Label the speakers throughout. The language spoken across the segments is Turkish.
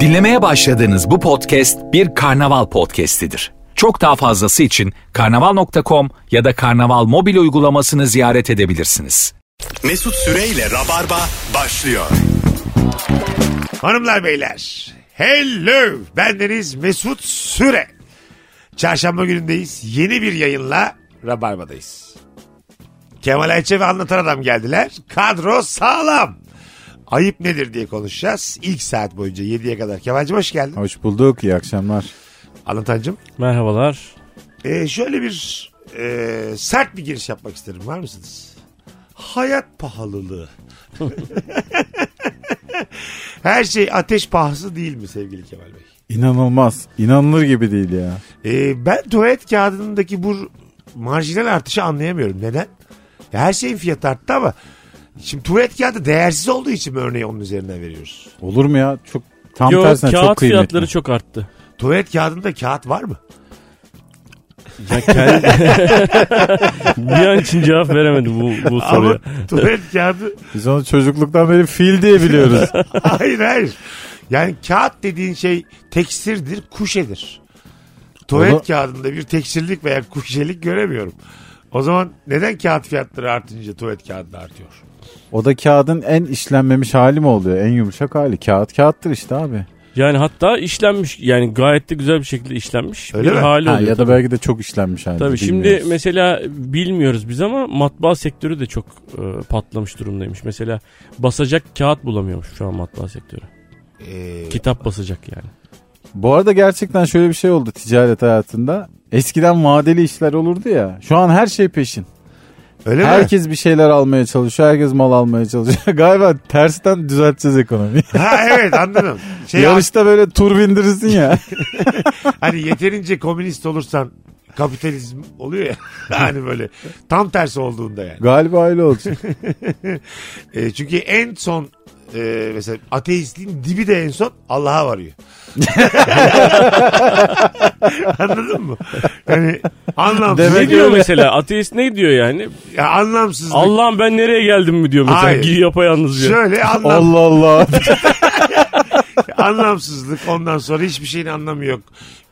Speaker 1: Dinlemeye başladığınız bu podcast bir karnaval podcastidir. Çok daha fazlası için karnaval.com ya da karnaval mobil uygulamasını ziyaret edebilirsiniz.
Speaker 2: Mesut Süreyle Rabarba başlıyor.
Speaker 3: Hanımlar beyler. Hello. Bendeniz Mesut Süre. Çarşamba günündeyiz. Yeni bir yayınla Rabarba'dayız. Kemal Ayça ve Anlatan Adam geldiler. Kadro sağlam. Ayıp nedir diye konuşacağız. İlk saat boyunca 7'ye kadar. Kemal'cim hoş geldin.
Speaker 4: Hoş bulduk. iyi akşamlar.
Speaker 3: Anlatancım.
Speaker 5: Merhabalar.
Speaker 3: Ee, şöyle bir e, sert bir giriş yapmak isterim. Var mısınız? Hayat pahalılığı. Her şey ateş pahası değil mi sevgili Kemal Bey?
Speaker 4: İnanılmaz. İnanılır gibi değil ya.
Speaker 3: Ee, ben tuvalet kağıdındaki bu marjinal artışı anlayamıyorum. Neden? Ya her şeyin fiyatı arttı ama şimdi tuvalet kağıdı değersiz olduğu için mi örneği onun üzerinden veriyoruz?
Speaker 4: Olur mu ya? Çok tam
Speaker 5: Yok
Speaker 4: tersine
Speaker 5: kağıt
Speaker 4: çok kıymetli.
Speaker 5: fiyatları çok arttı.
Speaker 3: Tuvalet kağıdında kağıt var mı?
Speaker 5: Ya kendi... bir an için cevap veremedim bu, bu soruya.
Speaker 3: Ama tuvalet kağıdı
Speaker 4: Biz onu çocukluktan beri fil diye biliyoruz.
Speaker 3: hayır hayır. Yani kağıt dediğin şey teksirdir, kuşedir. Tuvalet
Speaker 4: Onu-
Speaker 3: kağıdında bir teksirlik veya kuşelik göremiyorum. O zaman neden kağıt fiyatları artınca tuvalet kağıdı da artıyor?
Speaker 4: o da kağıdın en işlenmemiş hali mi oluyor? En yumuşak hali. Kağıt kağıttır işte abi.
Speaker 5: Yani hatta işlenmiş yani gayet de güzel bir şekilde işlenmiş
Speaker 3: Öyle
Speaker 5: bir
Speaker 3: mi?
Speaker 5: hali
Speaker 4: Ha,
Speaker 5: oluyor.
Speaker 4: ya da belki de çok işlenmiş hali.
Speaker 5: Tabii şimdi
Speaker 4: bilmiyoruz.
Speaker 5: mesela bilmiyoruz biz ama matbaa sektörü de çok e, patlamış durumdaymış. Mesela basacak kağıt bulamıyormuş şu an matbaa sektörü.
Speaker 3: Ee,
Speaker 5: Kitap basacak yani.
Speaker 4: Bu arada gerçekten şöyle bir şey oldu ticaret hayatında. Eskiden vadeli işler olurdu ya. Şu an her şey peşin.
Speaker 3: öyle mi?
Speaker 4: Herkes bir şeyler almaya çalışıyor. Herkes mal almaya çalışıyor. Galiba tersten düzelteceğiz ekonomiyi.
Speaker 3: Ha evet anladım. Şey,
Speaker 4: Yarışta böyle tur bindirirsin ya.
Speaker 3: Hani yeterince komünist olursan kapitalizm oluyor ya. hani böyle tam tersi olduğunda yani.
Speaker 4: Galiba öyle olacak.
Speaker 3: E, çünkü en son e, mesela ateistliğin dibi de en son Allah'a varıyor. Anladın mı? Yani anlamsız.
Speaker 4: Demek-
Speaker 5: Ne diyor mesela? Ateist ne diyor yani?
Speaker 3: Ya, anlamsızlık.
Speaker 5: Allah'ım ben nereye geldim mi diyor mesela.
Speaker 3: Hayır.
Speaker 5: Hayır. Yapayalnız diyor.
Speaker 3: Şöyle anlam,
Speaker 4: Allah Allah.
Speaker 3: anlamsızlık ondan sonra hiçbir şeyin anlamı yok.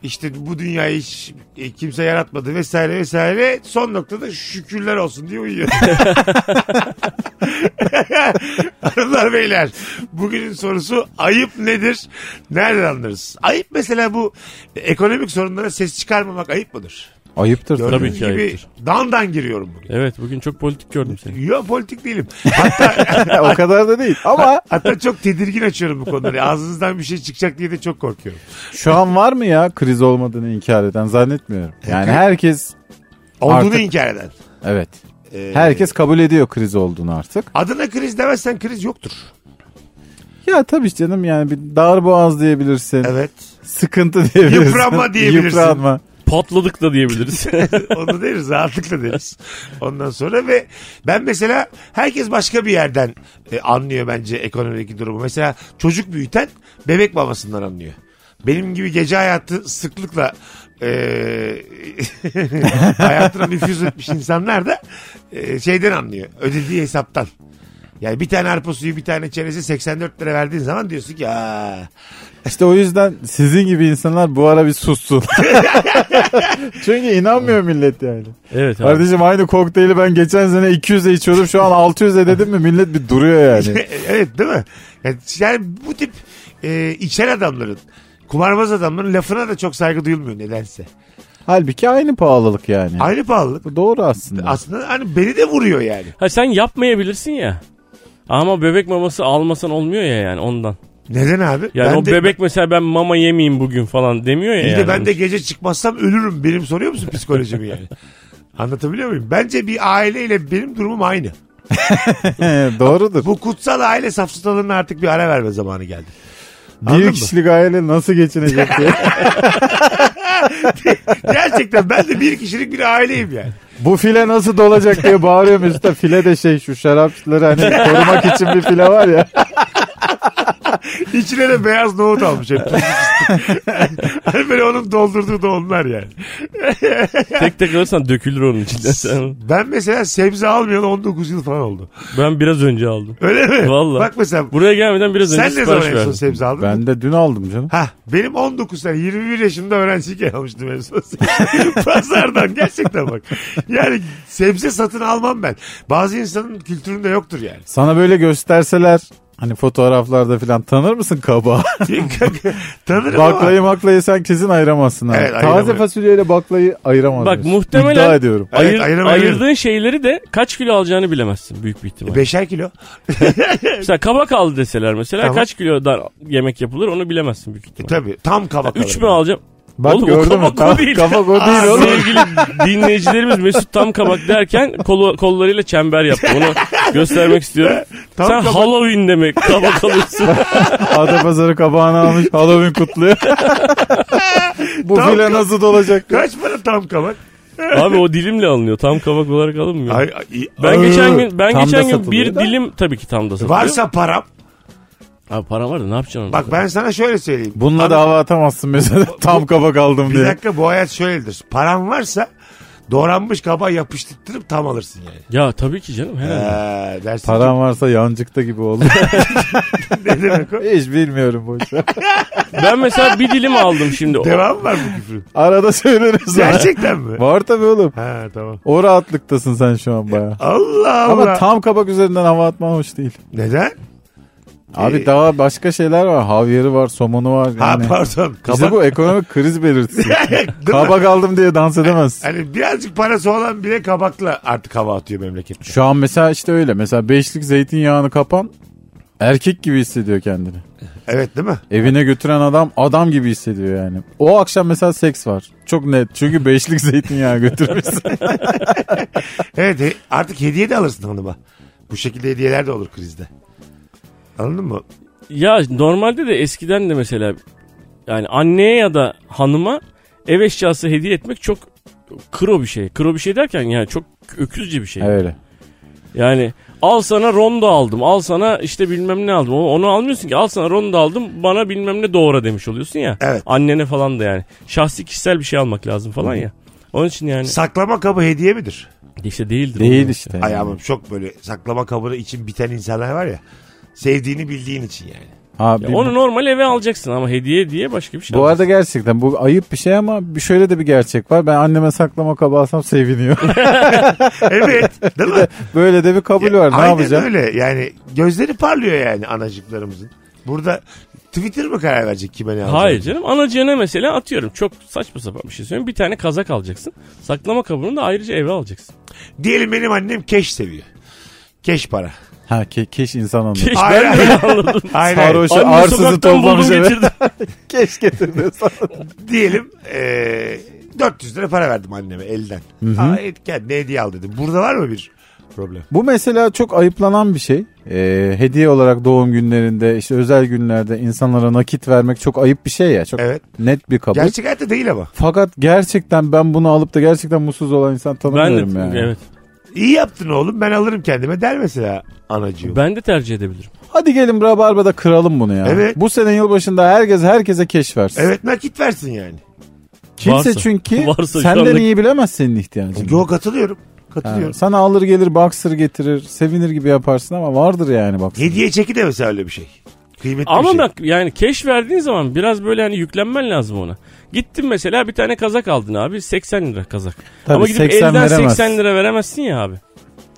Speaker 3: İşte bu dünyayı hiç e, kimse yaratmadı vesaire vesaire. Son noktada şükürler olsun diye uyuyor. Hanımlar beyler bugünün sorusu ayıp nedir? Nereden anlarız? Ayıp mesela bu e, ekonomik sorunlara ses çıkarmamak ayıp mıdır?
Speaker 4: Ayıptır
Speaker 3: Gördüğünüz
Speaker 5: Tabii ki
Speaker 3: gibi
Speaker 5: ayıptır.
Speaker 3: dandan giriyorum bugün.
Speaker 5: Evet bugün çok politik gördüm seni.
Speaker 3: Yo politik değilim. Hatta
Speaker 4: o kadar da değil ama
Speaker 3: hatta çok tedirgin açıyorum bu konuları. Ağzınızdan bir şey çıkacak diye de çok korkuyorum.
Speaker 4: şu an var mı ya kriz olmadığını inkar eden zannetmiyorum.
Speaker 3: E,
Speaker 4: Yani herkes
Speaker 3: Olduğunu
Speaker 4: Artık-
Speaker 3: inkar eden.
Speaker 4: evet
Speaker 3: Ee,
Speaker 4: herkes kabul ediyor kriz olduğunu artık.
Speaker 3: Adına kriz demezsen kriz yoktur.
Speaker 4: Ya tabii canım yani bir dar boğaz diyebilirsin.
Speaker 3: Evet.
Speaker 4: Sıkıntı diyebilirsin.
Speaker 3: Yıpranma diyebilirsin.
Speaker 4: Yıpranma.
Speaker 5: Patladık da diyebiliriz.
Speaker 3: Onu deriz rahatlıkla deriz. Ondan sonra ve ben mesela herkes başka bir yerden e, anlıyor bence ekonomik durumu. Mesela çocuk büyüten bebek babasından anlıyor. Benim gibi gece hayatı sıklıkla e, hayatına nüfuz etmiş insanlar da e, şeyden anlıyor. Ödediği hesaptan. Yani bir tane arpa suyu bir tane çerezi 84 lira verdiğin zaman diyorsun ki "Aa,
Speaker 4: İşte o yüzden sizin gibi insanlar bu ara bir sussun. Çünkü inanmıyor millet yani.
Speaker 5: evet abi.
Speaker 4: Kardeşim aynı kokteyli ben geçen sene 200'e içiyordum şu an 600'e dedim mi millet bir duruyor yani.
Speaker 3: evet değil mi? Yani, yani bu tip e, içen adamların, kumarbaz adamların lafına da çok saygı duyulmuyor nedense.
Speaker 4: Halbuki aynı pahalılık yani.
Speaker 3: Aynı pahalılık.
Speaker 4: Bu doğru aslında.
Speaker 3: Aslında hani beni de vuruyor yani.
Speaker 5: Ha sen yapmayabilirsin ya. Ama bebek maması almasan olmuyor ya yani ondan.
Speaker 3: Neden abi?
Speaker 5: Yani
Speaker 3: Ben
Speaker 5: o
Speaker 3: de-
Speaker 5: bebek mesela ben mama yemeyeyim bugün falan demiyor ya.
Speaker 3: Bir
Speaker 5: yani.
Speaker 3: de ben de gece çıkmazsam ölürüm. Benim soruyor musun psikolojimi yani? Anlatabiliyor muyum? Bence bir aileyle benim durumum aynı.
Speaker 4: Doğrudur.
Speaker 3: Bu kutsal aile safsatalarına artık bir ara verme zamanı geldi. Anladın mı?
Speaker 4: bir kişilik aile nasıl geçinecek diye.
Speaker 3: Gerçekten ben de bir kişilik bir aileyim yani.
Speaker 4: Bu file nasıl dolacak diye bağırıyorum üstte. File de şey şu şarapları hani korumak için bir file var ya.
Speaker 3: İçine de beyaz nohut almış hep. tuzlu fıstık. hani böyle onun doldurduğu da onlar yani.
Speaker 5: Tek tek alırsan dökülür onun içinden. Sen-
Speaker 3: Ben mesela sebze almayalı 19 yıl falan oldu.
Speaker 5: Ben biraz önce aldım.
Speaker 3: Öyle mi?
Speaker 5: Vallahi.
Speaker 3: Bak mesela
Speaker 5: Buraya gelmeden biraz önce
Speaker 3: sen ne zaman
Speaker 5: sipariş
Speaker 3: en son
Speaker 5: verdim.
Speaker 3: sebze aldın?
Speaker 4: Ben de dün aldım canım.
Speaker 3: Ha benim 19 sene 21 yaşımda öğrenciyken almıştım en son sebze. Pazardan gerçekten bak. Yani sebze satın almam ben. Bazı insanın kültüründe yoktur yani.
Speaker 4: Sana böyle gösterseler hani fotoğraflarda falan tanır mısın kabağı?
Speaker 3: Tanırım ama.
Speaker 4: baklayı maklayı sen kesin ayıramazsın abi.
Speaker 3: Evet,
Speaker 4: Taze
Speaker 3: ayıramıyorum.
Speaker 4: fasulyeyle baklayı ayıramazsın.
Speaker 5: Bak muhtemelen
Speaker 4: İddia ediyorum.
Speaker 3: Evet,
Speaker 5: ayır-
Speaker 3: ayıramayabilirim.
Speaker 5: ayırdığın şeyleri de kaç kilo alacağını bilemezsin büyük bir ihtimal.
Speaker 3: Beşer kilo.
Speaker 5: Mesela kabak aldı deseler mesela
Speaker 3: Tamam.
Speaker 5: kaç kilodan yemek yapılır onu bilemezsin büyük
Speaker 3: E,
Speaker 5: ihtimal.
Speaker 3: Tabii tam kabak.
Speaker 5: 3
Speaker 3: alırım.
Speaker 5: mü alacağım?
Speaker 4: Bak
Speaker 5: Oğlum, o
Speaker 4: gördün mü?
Speaker 5: kabak o
Speaker 4: Tam-
Speaker 5: değil.
Speaker 4: Kabak o değil oğlum.
Speaker 5: Sevgili dinleyicilerimiz Mesut tam kabak derken kolu, kollarıyla çember yaptı. Onu göstermek istiyorum.
Speaker 3: Tam
Speaker 5: Sen
Speaker 3: kabak-
Speaker 5: Halloween demek kabak alırsın.
Speaker 4: Adapazarı kabağını almış Halloween kutluyor. Bu
Speaker 3: Tam
Speaker 4: file
Speaker 3: kab-
Speaker 4: nasıl dolacak?
Speaker 3: Kaç para tam kabak?
Speaker 5: Abi o dilimle alınıyor. Tam kabak olarak alınmıyor.
Speaker 3: Ay, ay,
Speaker 5: Ben
Speaker 4: Iı,
Speaker 5: geçen gün ben
Speaker 4: tam da
Speaker 5: geçen gün
Speaker 4: satılıyor
Speaker 5: bir
Speaker 4: da.
Speaker 5: dilim tabii ki tam da satılıyor.
Speaker 3: varsa param.
Speaker 5: Abi para var da ne yapacaksın onu?
Speaker 3: Bak ben sana şöyle söyleyeyim.
Speaker 4: Bununla da hava atamazsın mesela. Tam kabak aldım
Speaker 3: Bir
Speaker 4: diye.
Speaker 3: dakika bu hayat şöyledir. Paran varsa doğranmış kabağı yapıştırtırıp tam alırsın yani.
Speaker 5: Ya tabii ki canım herhalde.
Speaker 3: Ee, dersin
Speaker 4: Param varsa yancıkta gibi oldu.
Speaker 3: ki, ne demek o?
Speaker 4: Hiç bilmiyorum boş ver.
Speaker 5: Ben mesela bir dilim aldım şimdi. O-
Speaker 3: Devam var bu küfrün.
Speaker 4: Arada söyleriz. sana.
Speaker 3: Gerçekten mi?
Speaker 4: Var tabii oğlum.
Speaker 3: Ha tamam.
Speaker 4: O rahatlıktasın sen şu an baya.
Speaker 3: Allah Allah.
Speaker 4: Ama tam kabak üzerinden hava atman hoş değil.
Speaker 3: Neden?
Speaker 4: Abi
Speaker 3: Ee,
Speaker 4: daha başka şeyler var. Havyarı var, somonu var.
Speaker 3: Ha
Speaker 4: Yani.
Speaker 3: pardon.
Speaker 4: Bize
Speaker 3: Kabak.
Speaker 4: bu ekonomik kriz belirtisi.
Speaker 3: Değil mi?
Speaker 4: kabak aldım diye dans edemez.
Speaker 3: Hani birazcık parası olan bile kabakla artık hava atıyor memleket.
Speaker 4: Şu an mesela işte öyle. Mesela beşlik zeytinyağını kapan erkek gibi hissediyor kendini.
Speaker 3: Evet değil mi?
Speaker 4: Evine götüren adam adam gibi hissediyor yani. O akşam mesela seks var. Çok net. Çünkü beşlik zeytinyağı götürmüşsün.
Speaker 3: Evet he- artık hediye de alırsın hanıma. Bu şekilde hediyeler de olur krizde. Anladın mı?
Speaker 5: Ya normalde de eskiden de mesela yani anneye ya da hanıma ev eşyası hediye etmek çok kro bir şey. Kro bir şey derken yani çok öküzce bir şey.
Speaker 4: öyle.
Speaker 5: Yani al sana rondo aldım. Al sana işte bilmem ne aldım. Onu, onu almıyorsun ki. Al sana rondo aldım. Bana bilmem ne doğra demiş oluyorsun ya.
Speaker 3: Evet.
Speaker 5: Annene falan da yani. Şahsi kişisel bir şey almak lazım falan ya. Onun için yani
Speaker 3: Saklama kabı hediye midir?
Speaker 5: işte değildir.
Speaker 4: Değil
Speaker 5: onun.
Speaker 4: işte.
Speaker 3: Ay ama çok böyle saklama kabını için biten insanlar var ya. Sevdiğini bildiğin için yani.
Speaker 4: Abi bu-
Speaker 5: Onu normal eve alacaksın ama hediye diye başka bir şey.
Speaker 4: bu
Speaker 5: alacaksın.
Speaker 4: arada gerçekten bu ayıp bir şey ama bir şöyle de bir gerçek var. Ben anneme saklama kabı alsam seviniyor.
Speaker 3: Evet değil mi?
Speaker 4: Böyle de bir kabul var. Ne
Speaker 3: Aynen
Speaker 4: yapacağım?
Speaker 3: öyle yani gözleri parlıyor yani anacıklarımızın. Burada Twitter mı karar verecek kime ne alacak?
Speaker 5: Hayır canım anacığına mesela atıyorum çok saçma sapan bir şey söylüyorum. Bir tane kazak alacaksın. Saklama kabını da ayrıca eve alacaksın.
Speaker 3: Diyelim benim annem keş seviyor. Keş para.
Speaker 4: Ha ke- keş insan onu.
Speaker 5: Keşke
Speaker 3: Hayır,
Speaker 5: ben de öyle anladım.
Speaker 3: Hayır, hayır.
Speaker 4: Sarhoşu
Speaker 5: Anne
Speaker 4: arsızı
Speaker 5: sokaktan buldum
Speaker 4: toplamış eve.
Speaker 5: getirdim.
Speaker 4: keş getirdi.
Speaker 3: Diyelim eee, 400 lira para verdim anneme elden. Aa, et, kendine hediye al dedim. Burada var mı bir problem?
Speaker 4: Bu mesela çok ayıplanan bir şey. Ee, hediye olarak doğum günlerinde işte özel günlerde insanlara nakit vermek çok ayıp bir şey ya. Çok
Speaker 3: Evet.
Speaker 4: net bir kabul.
Speaker 3: Gerçek hayatta değil ama.
Speaker 4: Fakat gerçekten ben bunu alıp da gerçekten mutsuz olan insan tanımıyorum
Speaker 5: Ben de,
Speaker 4: yani.
Speaker 5: evet.
Speaker 3: İyi yaptın oğlum ben alırım kendime der mesela anacığım.
Speaker 5: ben de tercih edebilirim.
Speaker 4: Hadi gelin Rabarba'da kıralım bunu ya.
Speaker 3: Evet.
Speaker 4: Bu sene yılbaşında herkes herkese keş versin.
Speaker 3: Evet nakit versin yani.
Speaker 4: Kimse
Speaker 5: Varsa.
Speaker 4: çünkü
Speaker 5: Varsa şu
Speaker 4: senden
Speaker 5: anda-
Speaker 4: iyi bilemez senin ihtiyacını.
Speaker 3: Yo katılıyorum.
Speaker 4: Ha,
Speaker 3: Katılıyorum.
Speaker 4: sana alır gelir boxer getirir sevinir gibi yaparsın ama vardır yani bak.
Speaker 3: Hediye çeki de mesela öyle bir şey. Kıymetli bir
Speaker 5: Ama
Speaker 3: şey.
Speaker 5: bak yani keş verdiğin zaman biraz böyle hani yüklenmen lazım ona. Gittin mesela bir tane kazak aldın abi 80 lira kazak.
Speaker 4: Tabii,
Speaker 5: Ama gidip
Speaker 4: 80
Speaker 5: elden
Speaker 4: veremez.
Speaker 5: 80 lira veremezsin ya abi.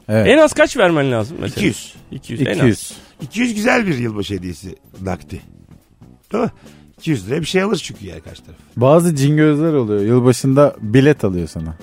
Speaker 4: Evet.
Speaker 5: En az kaç vermen lazım mesela?
Speaker 3: 200.
Speaker 5: 200, en az.
Speaker 4: 200.
Speaker 3: 200 güzel bir yılbaşı hediyesi nakdi. Değil mi? 200 liraya bir şey alır çünkü yani karşı taraf.
Speaker 4: Bazı cingözler oluyor. Yılbaşında bilet alıyor sana.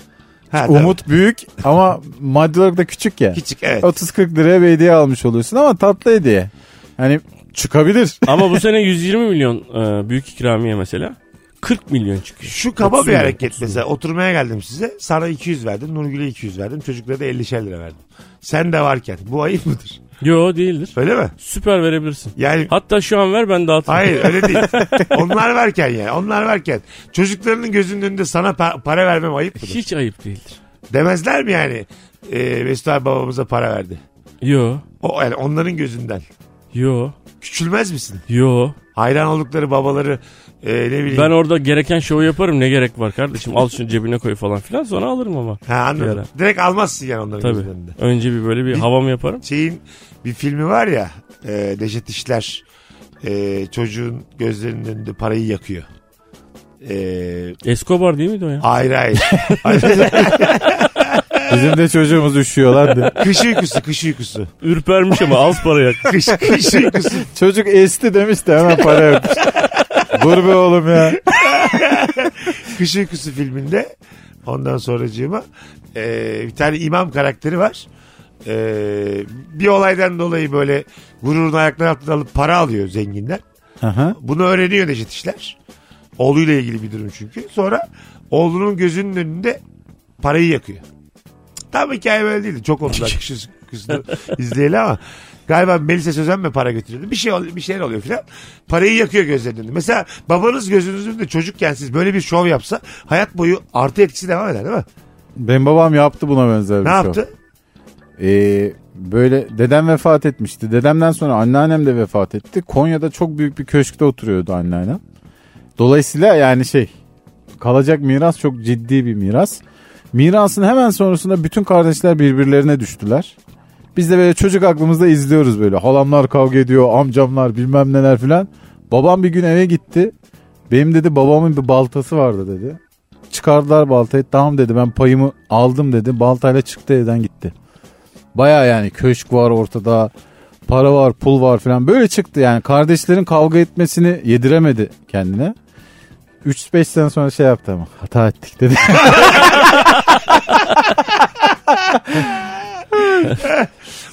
Speaker 3: Ha,
Speaker 4: Umut büyük ama maddi olarak da küçük ya.
Speaker 3: tabii. Küçük evet.
Speaker 4: 30-40 liraya bir hediye almış oluyorsun ama tatlı hediye. Hani çıkabilir.
Speaker 5: Ama bu sene 120 milyon e, büyük ikramiye mesela 40 milyon çıkıyor.
Speaker 3: Şu kaba
Speaker 5: 30
Speaker 3: bir
Speaker 5: lira,
Speaker 3: hareket
Speaker 5: 30 lira.
Speaker 3: mesela. Oturmaya geldim size. Sana 200 verdim. Nurgül'e 200 verdim. Çocuklara da 50'şer lira verdim. Sen de varken. Bu ayıp mıdır?
Speaker 5: Yo değildir.
Speaker 3: Öyle mi?
Speaker 5: Süper verebilirsin.
Speaker 3: Yani
Speaker 5: Hatta şu an ver ben dağıtırım.
Speaker 3: hayır öyle değil. Onlar varken yani. Onlar varken. Çocuklarının gözünün önünde sana pa- para vermem ayıp mıdır?
Speaker 5: Hiç ayıp değildir.
Speaker 3: Demezler mi yani? Ee, Mesut abi babamıza para verdi.
Speaker 5: Yo.
Speaker 3: O yani onların gözünden.
Speaker 5: Yo.
Speaker 3: küçülmez misin?
Speaker 5: Yo.
Speaker 3: Hayran oldukları babaları e, ne bileyim.
Speaker 5: Ben orada gereken şovu yaparım. Ne gerek var kardeşim? Al şunu cebine koy falan filan. Sonra alırım ama.
Speaker 3: ha, anladım.
Speaker 5: Bir ara.
Speaker 3: Direkt almazsın yani onların
Speaker 5: Tabii.
Speaker 3: gözlerinde.
Speaker 5: Önce bir böyle bir havam yaparım.
Speaker 3: Şeyin bir filmi var ya e, Neşet İşler e, çocuğun gözlerinin önünde parayı yakıyor. E,
Speaker 5: Escobar değil miydi o ya?
Speaker 3: ayrı ayrı.
Speaker 4: Bizim de çocuğumuz üşüyorlar diye.
Speaker 3: kış uykusu kış uykusu.
Speaker 5: Ürpermiş ama az para yak.
Speaker 3: Kış, kış uykusu.
Speaker 4: Çocuk esti demiş de hemen para yapmış. Dur be oğlum ya.
Speaker 3: Kış Uykusu filminde ondan sonracığıma e, bir tane imam karakteri var. E, bir olaydan dolayı böyle gururunu ayaklar altına alıp para alıyor zenginden.
Speaker 4: Aha.
Speaker 3: Bunu öğreniyor Neşet İşler. Oğluyla ilgili bir durum çünkü. Sonra oğlunun gözünün önünde parayı yakıyor. Tam hikaye böyle değildi. Çok oldular Kış Uykusu'nu izleyeli ama galiba Melisa Sözen mi para götürüyordu? Bir şey ol- bir şeyler oluyor filan. Parayı yakıyor gözlerinin önünde. Mesela babanız gözünüzün önünde çocukken siz böyle bir şov yapsa hayat boyu artı etkisi devam eder değil mi?
Speaker 4: Benim babam yaptı buna benzer bir
Speaker 3: ne
Speaker 4: şey.
Speaker 3: yaptı?
Speaker 4: Ee, böyle dedem vefat etmişti. Dedemden sonra anneannem de vefat etti. Konya'da çok büyük bir köşkte oturuyordu anneannem. Dolayısıyla yani şey kalacak miras çok ciddi bir miras. Mirasın hemen sonrasında bütün kardeşler birbirlerine düştüler. Biz de böyle çocuk aklımızda izliyoruz böyle. Halamlar kavga ediyor, amcamlar bilmem neler filan. Babam bir gün eve gitti. Benim dedi babamın bir baltası vardı dedi. Çıkardılar baltayı. Tamam dedi ben payımı aldım dedi. Baltayla çıktı evden gitti. Baya yani köşk var ortada. Para var, pul var filan. Böyle çıktı yani. Kardeşlerin kavga etmesini yediremedi kendine. 3-5 sene sonra şey yaptı ama. Hata ettik dedi.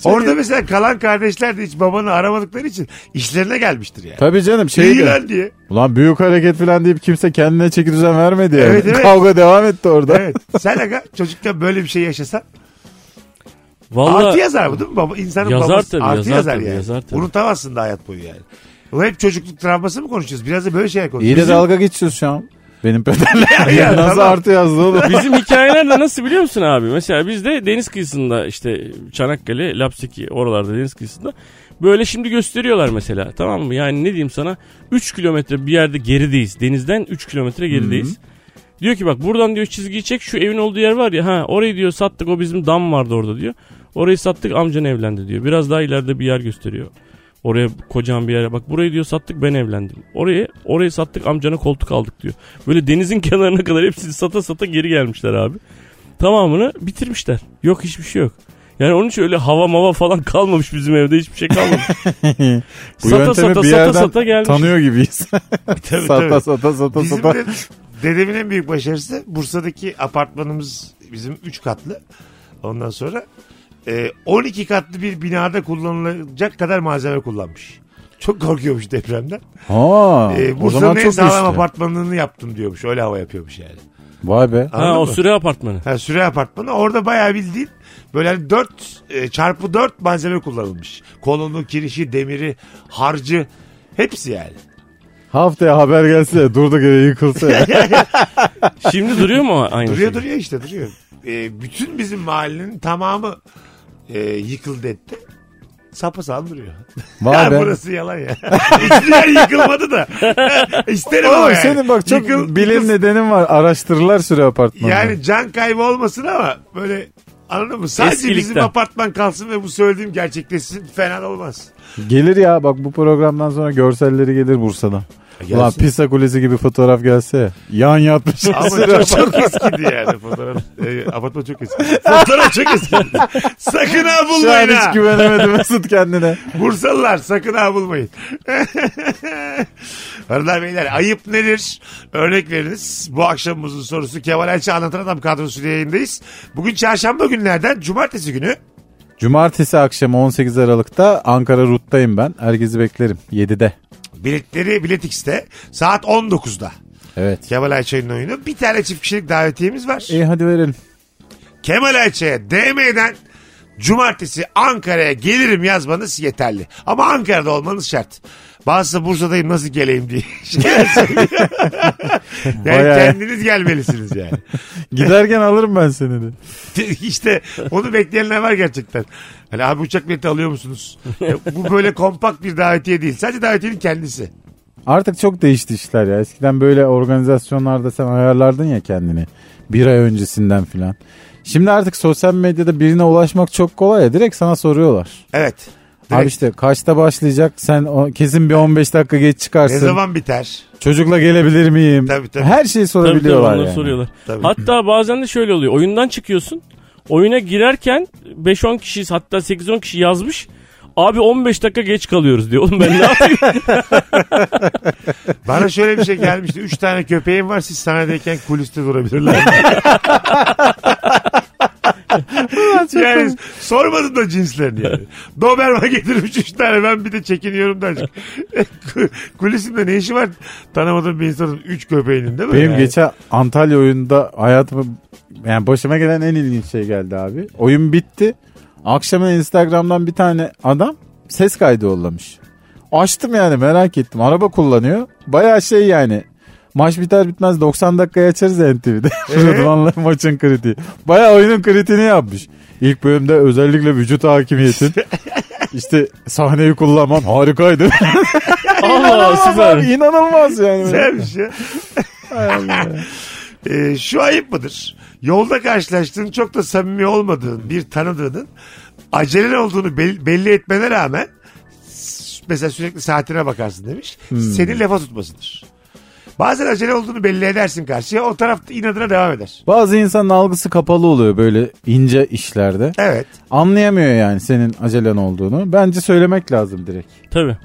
Speaker 3: Orada mesela kalan kardeşler de hiç babanı aramadıkları için işlerine gelmiştir yani.
Speaker 4: Tabii canım şey
Speaker 3: İyi
Speaker 4: de-
Speaker 3: lan diye.
Speaker 4: Ulan büyük hareket filan deyip kimse kendine çeki düzen vermedi yani.
Speaker 3: Evet, evet.
Speaker 4: Kavga devam etti orada.
Speaker 3: Evet. Sen aga çocukken böyle bir şey yaşasan
Speaker 5: Vallahi
Speaker 3: Artı yazar mı değil mi? Baba, insanın
Speaker 5: Yazar
Speaker 3: babası
Speaker 5: tabii,
Speaker 3: artı
Speaker 5: yazar
Speaker 3: yazar,
Speaker 5: tabii,
Speaker 3: yani.
Speaker 5: yazar tabii.
Speaker 3: Unutamazsın da hayat boyu yani. Ulan hep çocukluk travması mı konuşuyoruz? Biraz da böyle şeyler
Speaker 4: İyi de
Speaker 3: konuşuyoruz.
Speaker 4: dalga geçiyoruz şu an. Benim pederle.
Speaker 3: Ya,
Speaker 4: Nasıl
Speaker 3: tamam.
Speaker 4: artı yazdı oğlum?
Speaker 5: bizim hikayeler de nasıl biliyor musun abi? Mesela biz de deniz kıyısında işte Çanakkale, Lapseki oralarda deniz kıyısında böyle şimdi gösteriyorlar mesela tamam mı? Yani ne diyeyim sana 3 kilometre bir yerde gerideyiz. Denizden 3 kilometre gerideyiz. Diyor ki bak buradan diyor çizgiyi çek şu evin olduğu yer var ya ha orayı diyor sattık o bizim dam vardı orada diyor. Orayı sattık amcan evlendi diyor. Biraz daha ileride bir yer gösteriyor. Oraya kocaman bir yere bak burayı diyor sattık ben evlendim. Orayı orayı sattık amcana koltuk aldık diyor. Böyle denizin kenarına kadar hepsini sata sata geri gelmişler abi. Tamamını bitirmişler. Yok hiçbir şey yok. Yani onun için öyle hava mava falan kalmamış bizim evde hiçbir şey kalmamış.
Speaker 4: Bu
Speaker 5: sata
Speaker 4: yöntemi
Speaker 5: sata
Speaker 4: bir
Speaker 5: sata
Speaker 4: yerden
Speaker 5: sata gelmiş.
Speaker 4: tanıyor gibiyiz.
Speaker 3: Tabii,
Speaker 4: sata
Speaker 3: tabii.
Speaker 4: sata sata
Speaker 3: Bizim
Speaker 4: sata.
Speaker 3: de dedemin en büyük başarısı Bursa'daki apartmanımız bizim 3 katlı. Ondan sonra e, 12 katlı bir binada kullanılacak kadar malzeme kullanmış. Çok korkuyormuş depremden.
Speaker 4: Ha,
Speaker 3: E,
Speaker 4: o zaman
Speaker 3: Bursa'nın en
Speaker 4: çok
Speaker 3: sağlam
Speaker 4: güçlü.
Speaker 3: apartmanını yaptım diyormuş. Öyle hava yapıyormuş yani.
Speaker 4: Vay be.
Speaker 3: Anladın
Speaker 5: Ha o
Speaker 3: mı?
Speaker 5: süre apartmanı.
Speaker 3: Ha, süre apartmanı orada bayağı bildiğin böyle hani 4 çarpı 4 malzeme kullanılmış. Kolonu, kirişi, demiri, harcı hepsi yani.
Speaker 4: Haftaya haber gelse de durduk yere yıkılsa. ya.
Speaker 5: Şimdi duruyor mu aynı
Speaker 3: Duruyor
Speaker 5: şey?
Speaker 3: duruyor işte duruyor. E, bütün bizim mahallenin tamamı e, yıkıldı etti. Sapasağlam duruyor.
Speaker 4: Vay be.
Speaker 3: Burası yalan ya. Hiçbir yer yıkılmadı da. İsterim ama
Speaker 4: Oğlum
Speaker 3: yani.
Speaker 4: senin bak çok
Speaker 3: Yıkıl-
Speaker 4: bilim nedenin var. Araştırırlar süre apartmanı.
Speaker 3: Yani can kaybı olmasın ama böyle anladın mı? Sadece bizim
Speaker 5: Eskilikten.
Speaker 3: apartman kalsın ve bu söylediğim gerçekleşsin fena olmaz.
Speaker 4: Gelir ya bak bu programdan sonra görselleri gelir Bursa'da. Ulan Pisa Kulesi gibi fotoğraf gelse. Yan yatmış.
Speaker 3: Ama çok, çok eskidi yani fotoğraf. E, apartman çok eski. Fotoğraf çok eskidi. Sakın ha
Speaker 4: Şu an
Speaker 3: bulmayın ha.
Speaker 4: hiç güvenemedim Mesut kendine.
Speaker 3: Bursalılar sakın ha bulmayın. Arada beyler ayıp nedir? Örnek veriniz. Bu akşamımızın sorusu Kemal Ayça Anlatan Adam kadrosuyla yayındayız. Bugün çarşamba günlerden cumartesi günü.
Speaker 4: Cumartesi akşamı 18 Aralık'ta Ankara Rut'tayım ben. Herkesi beklerim 7'de.
Speaker 3: Biletleri Bilet X'te saat 19'da.
Speaker 4: Evet.
Speaker 3: Kemal Ayça'nın oyunu. Bir tane çift kişilik davetiyemiz var.
Speaker 4: İyi hadi verelim.
Speaker 3: Kemal Ayça'ya DM'den Cumartesi Ankara'ya gelirim yazmanız yeterli. Ama Ankara'da olmanız şart. Bazısı Bursa'dayım nasıl geleyim diye. yani
Speaker 4: Bayağı.
Speaker 3: kendiniz gelmelisiniz yani.
Speaker 4: Giderken alırım ben seni de.
Speaker 3: işte onu bekleyenler var gerçekten. Hani abi uçak bileti alıyor musunuz? E, bu böyle kompakt bir davetiye değil. Sadece davetiyenin kendisi.
Speaker 4: Artık çok değişti işler ya. Eskiden böyle organizasyonlarda sen ayarlardın ya kendini. Bir ay öncesinden filan. Şimdi artık sosyal medyada birine ulaşmak çok kolay ya. Direkt sana soruyorlar.
Speaker 3: Evet.
Speaker 4: Abi
Speaker 3: Direkt.
Speaker 4: işte kaçta başlayacak? Sen o, kesin bir 15 dakika geç çıkarsın.
Speaker 3: Ne zaman biter?
Speaker 4: Çocukla gelebilir miyim?
Speaker 3: Tabii, tabii.
Speaker 4: Her şeyi
Speaker 5: Tabii tabii
Speaker 4: sorabiliyorlar
Speaker 5: onları
Speaker 4: yani.
Speaker 5: soruyorlar.
Speaker 3: Tabii.
Speaker 5: Hatta bazen de şöyle oluyor. Oyundan çıkıyorsun. Oyuna girerken 5-10 kişi hatta 8-10 kişi yazmış. Abi 15 dakika geç kalıyoruz diyor. Oğlum ben ne yapayım?
Speaker 3: Bana şöyle bir şey gelmişti. Üç tane köpeğim var siz sahnedeyken kuliste durabilirler. yani sormadım da cinslerini yani. Doberman getirmiş üç tane ben bir de çekiniyorum da azıcık. Kulisimde ne işi var tanımadığım bir insanın üç köpeğinin değil mi?
Speaker 4: Benim
Speaker 3: Yani.
Speaker 4: geçen Antalya oyunda hayatımı yani başıma gelen en ilginç şey geldi abi. Oyun bitti. Akşamına Instagram'dan bir tane adam ses kaydı yollamış. Açtım yani merak ettim. Araba kullanıyor. Bayağı şey yani. Maç biter bitmez 90 dakikaya açarız ya NTV'de. Rıdvan'la maçın kritiği. Bayağı oyunun kritiğini yapmış. İlk bölümde özellikle vücut hakimiyetin. işte sahneyi kullanman harikaydı.
Speaker 5: Aa
Speaker 4: Abi,
Speaker 5: süper.
Speaker 4: İnanılmaz yani.
Speaker 3: Güzelmiş ya. Ee, şu ayıp mıdır? Yolda karşılaştığın çok da samimi olmadığın bir tanıdığının acelen olduğunu bel- belli etmene rağmen s- mesela sürekli saatine bakarsın demiş. Seni lafa tutmasıdır. Bazen acele olduğunu belli edersin karşıya. O taraf da inadına devam eder.
Speaker 4: Bazı insanın algısı kapalı oluyor böyle ince işlerde.
Speaker 3: Evet.
Speaker 4: Anlayamıyor yani senin acelen olduğunu. Bence söylemek lazım direkt.
Speaker 5: Tabii.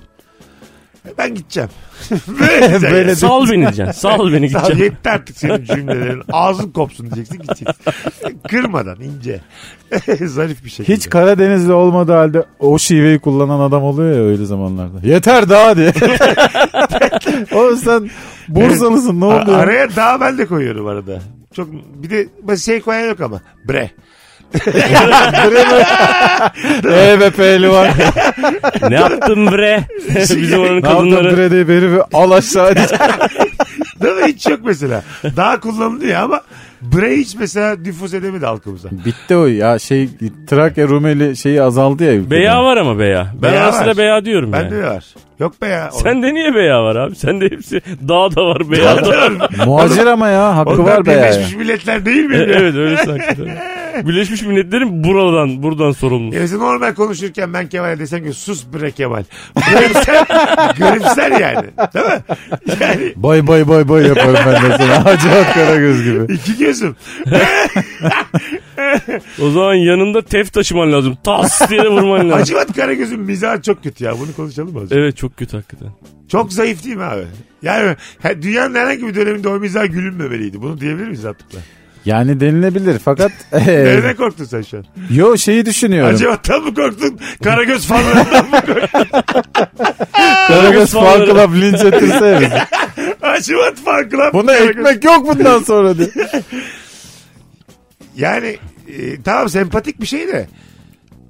Speaker 3: Ben gideceğim. Böyle, diyeceksin.
Speaker 4: Böyle
Speaker 3: Yani.
Speaker 5: Sal beni diyeceksin. Sal beni
Speaker 3: Sağ ol,
Speaker 5: gideceğim.
Speaker 3: yetti artık senin cümlelerin. Ağzın kopsun diyeceksin gideceksin. Kırmadan ince. Zarif bir şekilde.
Speaker 4: Hiç Karadenizli olmadığı halde o şiveyi kullanan adam oluyor ya öyle zamanlarda. Yeter daha diye. Oğlum sen Bursalısın ne oldu?
Speaker 3: A-
Speaker 4: ya?
Speaker 3: araya daha ben de koyuyorum arada. Çok bir de ben şey koyan yok ama. Bre.
Speaker 4: Ee be pehlivan.
Speaker 5: ne yaptın bre? Bizim oranın
Speaker 4: ne yaptın
Speaker 5: kadınları.
Speaker 4: bre diye beni bir al aşağı diye.
Speaker 3: Değil mi? Hiç yok mesela. Daha kullanılıyor ama bre hiç mesela nüfuz edemedi halkımıza.
Speaker 4: Bitti o ya şey Trakya Rumeli şeyi azaldı ya. ülkede.
Speaker 5: Beya var ama beya. Ben
Speaker 3: Beya
Speaker 5: arasında
Speaker 3: var.
Speaker 5: beya diyorum
Speaker 3: Ben
Speaker 5: yani.
Speaker 3: de var. Yok be ya.
Speaker 5: Sende niye beya var abi? Sende hepsi dağ da var, beya da var.
Speaker 4: Muhacir ama ya hakkı var
Speaker 3: Onlar
Speaker 4: be ya.
Speaker 3: Birleşmiş Milletler değil mi? ya?
Speaker 5: evet öyle sanki. Birleşmiş Milletler'in buradan buradan sorumlu.
Speaker 3: Neyse normal konuşurken ben Kemal'e desem ki sus bre Kemal. Garipser, garipser yani. Değil mi? Yani
Speaker 4: Bay bay bay bay yaparım ben de sana. Hacı Karagöz gibi.
Speaker 3: iki gözüm.
Speaker 5: O zaman yanında tef taşıman lazım. Tas diye de vurman lazım.
Speaker 3: Hacivat Karagöz'ün mizahı çok kötü ya. Bunu konuşalım mı? azıcık?
Speaker 5: Evet çok kötü hakikaten.
Speaker 3: Çok zayıf değil mi abi? Yani he- dünyanın herhangi bir döneminde o mizah gülünmemeliydi. Bunu diyebilir miyiz rahatlıkla?
Speaker 4: Yani denilebilir fakat
Speaker 3: Nereden
Speaker 4: eee,
Speaker 3: korktun sen şu an?
Speaker 4: yo şeyi düşünüyorum.
Speaker 3: Acaba tam mı korktun? Karagöz fanlarından mı korktun?
Speaker 4: Karagöz Fan
Speaker 5: Osmanlıları.
Speaker 4: Club linç ettirse bizi.
Speaker 3: Acaba fan club.
Speaker 4: Buna
Speaker 3: Karagöz- E,
Speaker 4: ekmek yok bundan sonra diye.
Speaker 3: Yani e, tamam sempatik bir şey de. E,